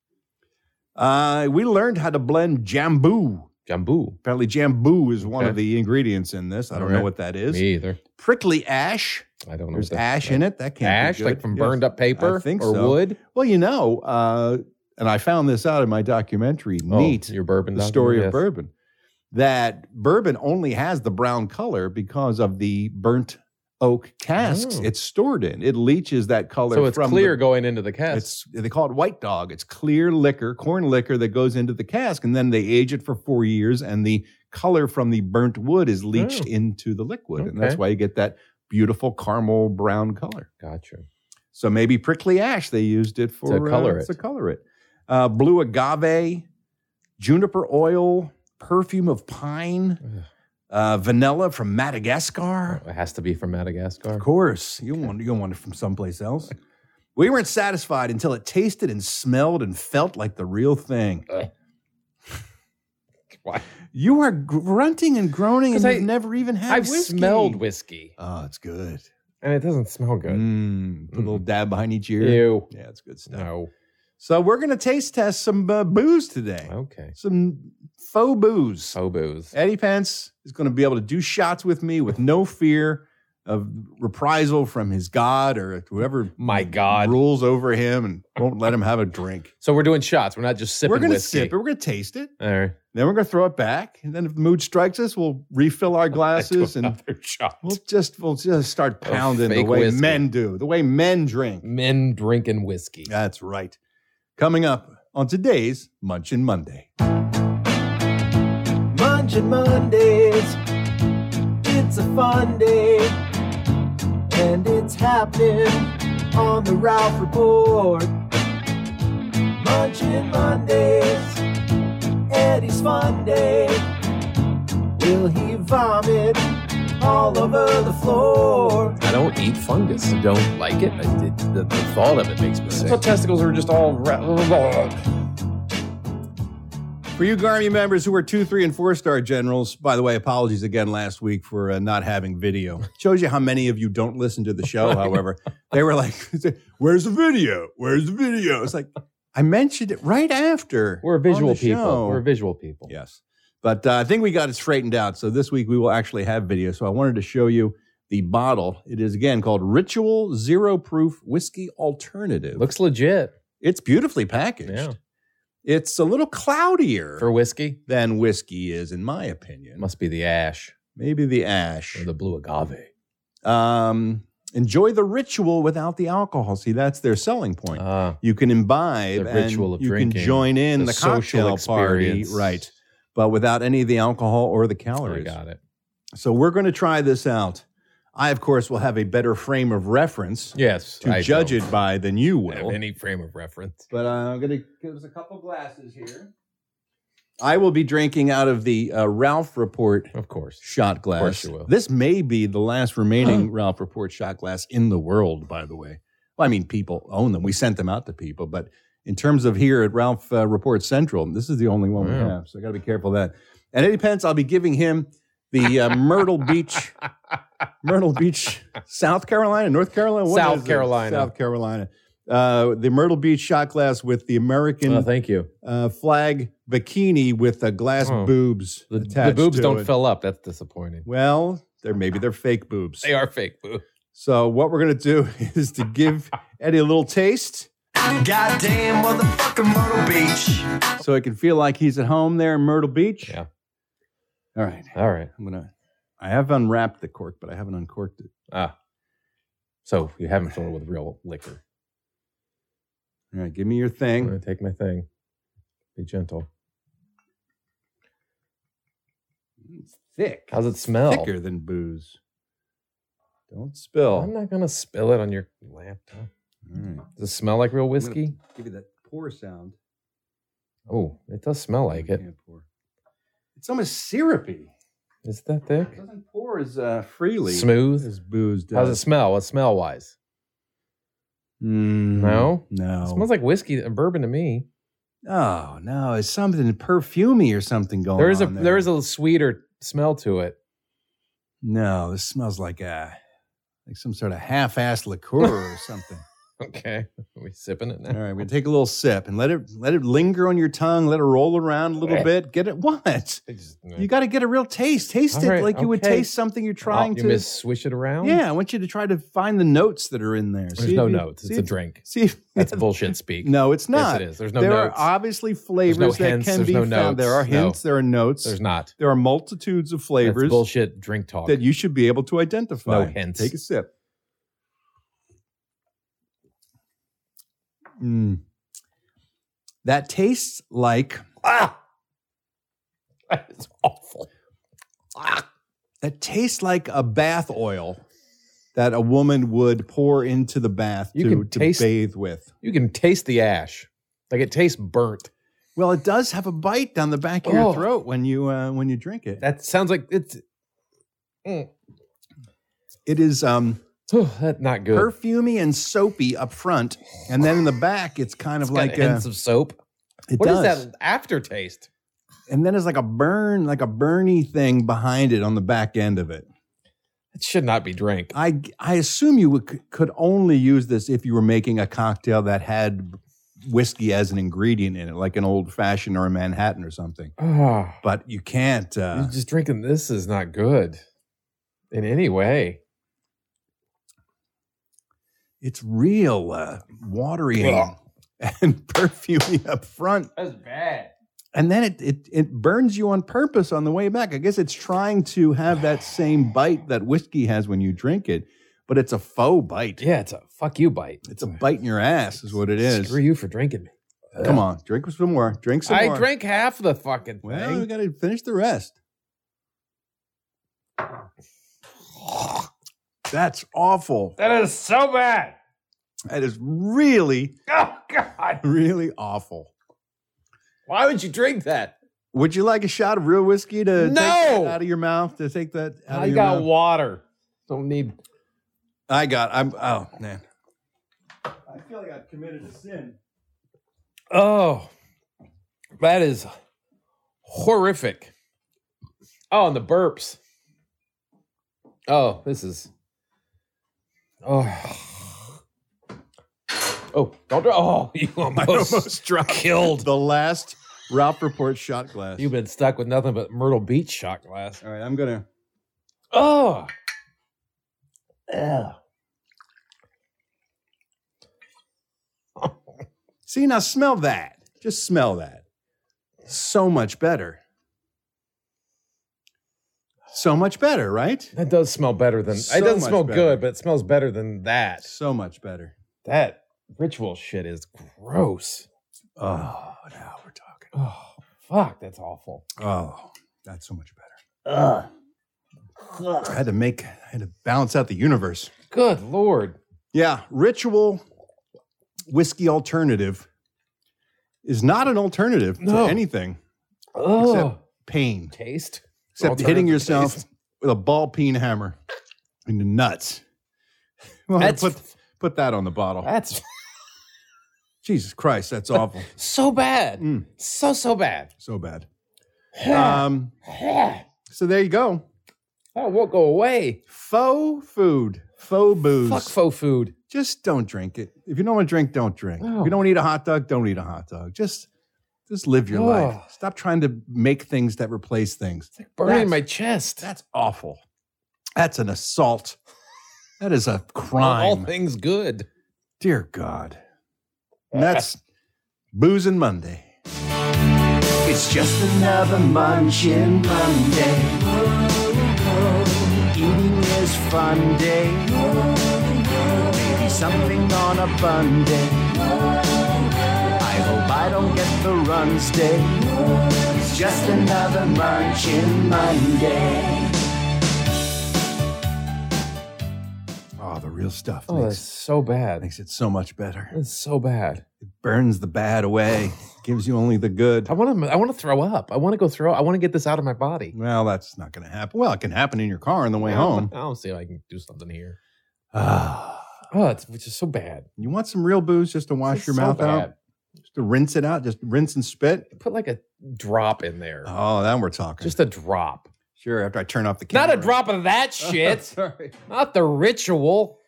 Uh, we learned how to blend jambu.
Jambu.
Apparently, jambu is one
Okay.
of the ingredients in this. I don't know
Alright.
what that is.
Me either.
Prickly ash.
I don't know.
There's
what that-
ash in it. That can't
Ash,
be
like
good.
from burned up paper
I think
or
so.
wood?
Well, you know, uh, and I found this out in my documentary.
Oh,
Neat.
your bourbon
The
documentary,
story of
yes.
bourbon. That bourbon only has the brown color because of the burnt oak casks
Oh.
it's stored in. It leaches that color.
So it's
from the-
clear going into the cask.
it's they call it white dog. It's clear liquor, corn liquor that goes into the cask, and then they age it for four years, and the color from the burnt wood is leached
Oh.
into the liquid, and that's
Okay.
why you get that beautiful caramel brown color.
Gotcha.
So maybe prickly ash they used it for uh,
color it.
To color it, uh, blue agave, juniper oil, perfume of pine, uh, vanilla from Madagascar.
It has to be from Madagascar.
Of course. You don't, want, you don't want it from someplace else. We weren't satisfied until it tasted and smelled and felt like the real thing.
Why?
You are grunting and groaning and
'Cause I-
you've never even had
I've
whiskey.
smelled whiskey.
Oh, it's good.
And it doesn't smell good.
Mm, put a little dab behind each ear.
Ew.
Yeah, it's good stuff.
No.
So we're going to taste test some uh, booze today.
Okay.
Some faux booze.
Faux booze.
Eddie Pence is going to be able to do shots with me with no fear of reprisal from his God or whoever
My God.
rules over him and won't let him have a drink.
So we're doing shots. We're not just sipping
we're going to
whiskey.
sip it. We're going to taste it.
All right.
Then we're going to throw it back, and then if the mood strikes us, we'll refill our glasses and
shot.
we'll just we'll just start
Of
pounding the
fake
way
whiskey.
men do, the way men drink.
Men drinking whiskey.
That's right. Coming up on today's Munchin Monday.
Munchin' Mondays. It's a fun day. And it's happening on the Ralph Report. Munchin' Mondays. Eddie's fun day. Will he vomit all over the floor?
I don't eat fungus. I don't like it. I did, the, the thought of it makes me sick.
So testicles
are just all.
For you Garmy members who are two, three, and four star generals, by the way, apologies again last week for uh, not having video. Shows you how many of you don't listen to the show, however. They were like, Where's the video? Where's the video? It's like, I mentioned it right after.
We're
on
visual
the
people.
show.
We're visual people.
Yes. But uh, I think we got it straightened out. So this week we will actually have video. So I wanted to show you the bottle. It is again called Ritual Zero Proof Whiskey Alternative.
Looks legit.
It's beautifully packaged.
Yeah.
It's a little cloudier
For whiskey?
than whiskey is, in my opinion.
Must be the ash.
Maybe the ash.
Or the blue agave.
Um, enjoy the ritual without the alcohol. See, that's their selling point. you can imbibe
Uh, The
and
ritual of
you
drinking,
can join in the,
the social
cocktail party,
experience.
right? But without any of the alcohol or the calories.
got it.
So we're going to try this out. I, of course, will have a better frame of reference
Yes.
to
I
judge
don't
it by than you
have
will.
any frame of reference.
But uh, I'm going to give us a couple glasses here. I will be drinking out of the uh, Ralph Report,
of course,
shot glass.
course you will.
This may be the last remaining Ralph Report shot glass in the world, by the way. Well, I mean, people own them. We sent them out to people, but in terms of here at Ralph uh, Report Central, this is the only one we
Wow.
have. So I got to be careful of that. And Eddie Pence, I'll be giving him the uh, Myrtle Beach Myrtle Beach, South Carolina, North Carolina, What
South
is it?
Carolina.
South Carolina. Uh, the Myrtle Beach shot glass with the American.
Oh, thank you.
Uh, flag bikini with a glass
Oh.
boobs.
The, the
attached
boobs
to
don't
it.
fill up. That's disappointing.
Well, they're maybe they're fake boobs.
They are fake boobs.
So what we're gonna do is to give Eddie a little taste.
Goddamn motherfucking Myrtle Beach.
so it can feel like he's at home there in Myrtle Beach.
Yeah.
All right.
All right.
I'm gonna. I have unwrapped the cork, but I haven't uncorked it.
Ah. So you haven't filled it with real liquor.
All right. Give me your thing.
I'm gonna take my thing. Be gentle.
Thick.
How's it smell?
Thicker than booze. Don't spill.
I'm not gonna spill it on your laptop.
All right.
Does it smell like real whiskey?
Give you that pour sound.
Oh, it does smell like it.
It's almost syrupy.
Is that thick?
It doesn't pour as uh, freely.
Smooth.
As booze does.
How's it smell? uh, What smell wise?
Mm,
No.
No.
It smells like whiskey and bourbon to me.
Oh no, it's something perfumey or something going.
There is a
on
there is a sweeter smell to it.
No, this smells like a like some sort of half-assed liqueur or something.
Okay. Are we sipping it now?
All right, we take a little sip and let it let it linger on your tongue. Let it roll around a little
Eh.
bit. Get it what?
uh,
You got to get a real taste. Taste
All
it
right,
like you would
okay.
taste something you're
Oh,
trying
you
to.
miss swish it around?
yeah, I want you to try to find the notes that are in there.
There's
See if
no
you-
notes.
see
It's a
if-
drink.
See if
That's bullshit speak.
No, it's
Yes,
not.
it is. There's no
There
notes.
are obviously
There's
flavors
no
that
hints.
can
There's
be
no
found. There are
notes. No.
hints. There are notes.
There's not.
There are multitudes of
That's
flavors
bullshit drink talk.
that you should be able to identify.
No hints.
Take a sip. Mm. That tastes like ah,
it's awful.
That tastes like a bath oil that a woman would pour into the bath
You
to,
can
to
taste-
bathe with.
You can taste the ash. Like it tastes burnt.
Well, it does have a bite down the back of
Oh.
your throat when you uh, when you drink it.
That sounds like it's Mm.
It is um
that's not good.
perfumey and soapy up front, and then in the back it's kind of
It's got
like
hints
a,
of soap.
It
What is
does.
that aftertaste?
And then it's like a burn, like a burny thing behind it on the back end of it.
It should not be drank.
I I assume you would, could only use this if you were making a cocktail that had whiskey as an ingredient in it, like an old fashioned or a Manhattan or something.
Ah,
But you can't. Uh,
just drinking this is not good in any way.
it's real uh, watery and,
Ugh.
and perfumey up front.
That's bad.
and then it, it it burns you on purpose on the way back. I guess it's trying to have that same bite that whiskey has when you drink it, but it's a faux bite.
Yeah, it's a fuck you bite.
It's a bite in your ass, is what it is.
Screw you for drinking me.
Come on, drink some more. Drink some
I
more.
drank half the fucking thing.
Well, we got to finish the rest. That's awful.
that is so bad.
That is really,
Oh God!
really awful.
Why would you drink that?
Would you like a shot of real whiskey to take
No!
that out of your mouth? To take that out of
I
your
got
mouth?
water. Don't need.
I got. I'm. Oh man.
I feel like I've committed a sin.
Oh, that is horrific. Oh, and the burps. Oh, this is. Oh. Oh, don't. Oh, you almost,
almost
dropped. Killed.
The last Ralph Report shot glass.
You've been stuck with nothing but Myrtle Beach shot glass.
All right, I'm gonna.
Oh. Ugh.
See now, smell that. Just smell that. So much better. So much better, right?
That does smell better than.
So
it doesn't
much
smell
better.
good, but it smells better than that.
So much better.
That ritual shit is gross.
Oh, now we're talking.
Oh, fuck, that's awful.
Oh, that's so much better. I had to make. I had to balance out the universe.
Good lord.
Yeah, ritual whiskey alternative is not an alternative
No.
to anything
Oh,
except pain.
taste.
except hitting
Alternative
yourself
taste.
with a ball peen hammer in the nuts. Well,
That's-
put put that on the bottle.
That's
Jesus Christ, that's awful.
so bad.
Mm.
So so bad.
Uh, So bad. Um, so there you go.
That won't go away.
Faux food. Faux booze.
Fuck faux food.
Just don't drink it. If you don't want to drink, don't drink.
Oh.
If you don't eat a hot dog, don't eat a hot dog. Just just live your
Oh.
life. Stop trying to make things that replace things. It's like
burning my chest.
That's awful. That's an assault. That is a crime.
All things good.
Dear God. And that's Boozing Monday.
It's just another Munchin Monday. Eating is fun day. Maybe something on a bun day. I hope I don't get the runs day. It's just another Munchin Monday.
Oh, the real stuff.
Oh, that's so bad.
Makes it so much better.
It's so bad.
It burns the bad away. gives you only the good.
I want to. I want to throw up. I want to go throw. I want to get this out of my body.
Well, that's not going to happen. Well, it can happen in your car on the way
I
home.
don't- I don't see if I can do something here.
Ah.
Oh, it's, it's just so bad.
You want some real booze just to wash
just
your
so
mouth out?
bad.
Just to rinse it out? Just rinse and spit?
Put like a drop in there.
Oh, then we're talking.
Just a drop.
Sure, after I turn off the camera.
Not a drop of that shit.
Sorry.
Not the ritual.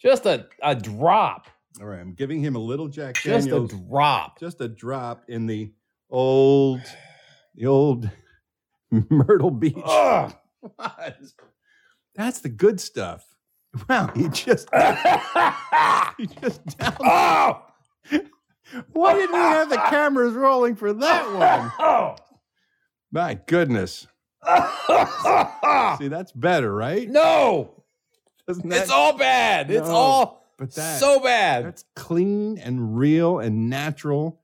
Just a, a drop.
All right, I'm giving him a little Jack
Just a
Daniels.
drop.
Just a drop in the old, the old Myrtle Beach. What? That's the good stuff. Wow, he just, he just down. Oh! Why didn't we have the cameras rolling for that one? My goodness. See, that's better, right?
No,
Doesn't
it's all bad. It's
No,
all
but that-
so bad.
That's clean and real and natural.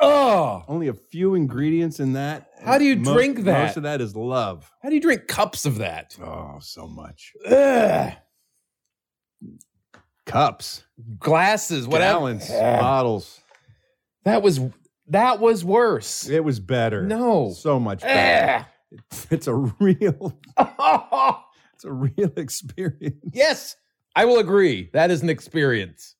Oh,
only a few ingredients in that.
How do you
Mo-
drink that?
Most of that is love.
How do you drink cups of that?
Oh, so much.
Ugh.
Cups,
Glasses, whatever.
gallons,
Ugh.
bottles.
That was that was worse.
It was better.
No. Eh.
so much better.
Ugh.
It's a real, it's a real experience.
yes, I will agree. That is an experience.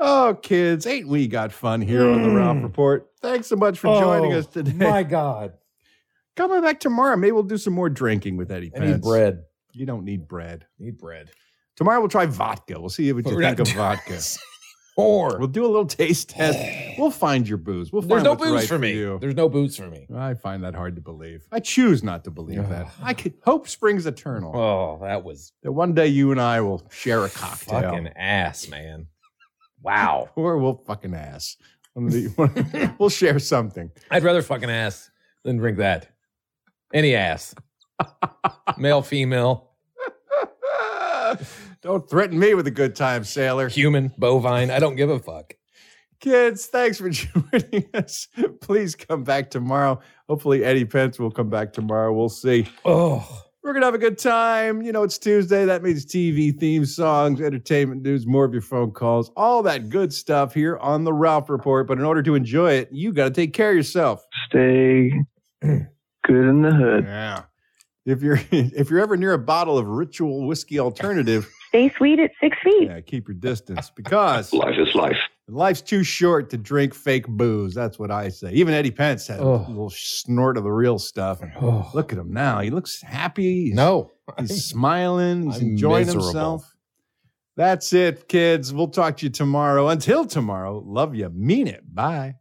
Oh, kids, ain't we got fun here on the Ralph Report? Thanks so much for joining
Hmm. Oh,
us today.
My God.
Coming back tomorrow, maybe we'll do some more drinking with Eddie.
I need
Pence.
bread.
You don't need bread.
need bread.
Tomorrow we'll try vodka. We'll see what
But
you
we're
think
not
of
doing
vodka.
Or
We'll do a little taste test. We'll find your booze. We'll
there's
find
no
what's
booze
right
for me.
you.
There's no booze for me.
I find that hard to believe. I choose not to believe that. I could, hope springs eternal.
Oh, that was
that one day you and I will share a cocktail.
fucking ass, man. Wow.
Or we'll fucking ass. One of the- we'll share something.
I'd rather fucking ass than drink that. Any ass. Male, female,
Ah, Don't threaten me with a good time, sailor.
human, bovine. I don't give a fuck.
Kids, thanks for joining us. Please come back tomorrow. Hopefully, Eddie Pence will come back tomorrow. We'll see.
Oh,
We're going to have a good time. You know, it's Tuesday. That means TV, theme songs, entertainment news, more of your phone calls, all that good stuff here on The Ralph Report. But in order to enjoy it, you got to take care of yourself.
Stay good in the hood.
Yeah. If you're if you're ever near a bottle of ritual whiskey alternative,
Stay sweet at six feet.
yeah, keep your distance because
Life is life.
life's too short to drink fake booze. That's what I say. Even Eddie Pence had
Oh.
a little snort of the real stuff. And
Oh.
Look at him now. He looks happy. He's-
No.
He's smiling. He's
I'm
enjoying
miserable.
himself. That's it, kids. We'll talk to you tomorrow. Until tomorrow, love you. Mean it. Bye.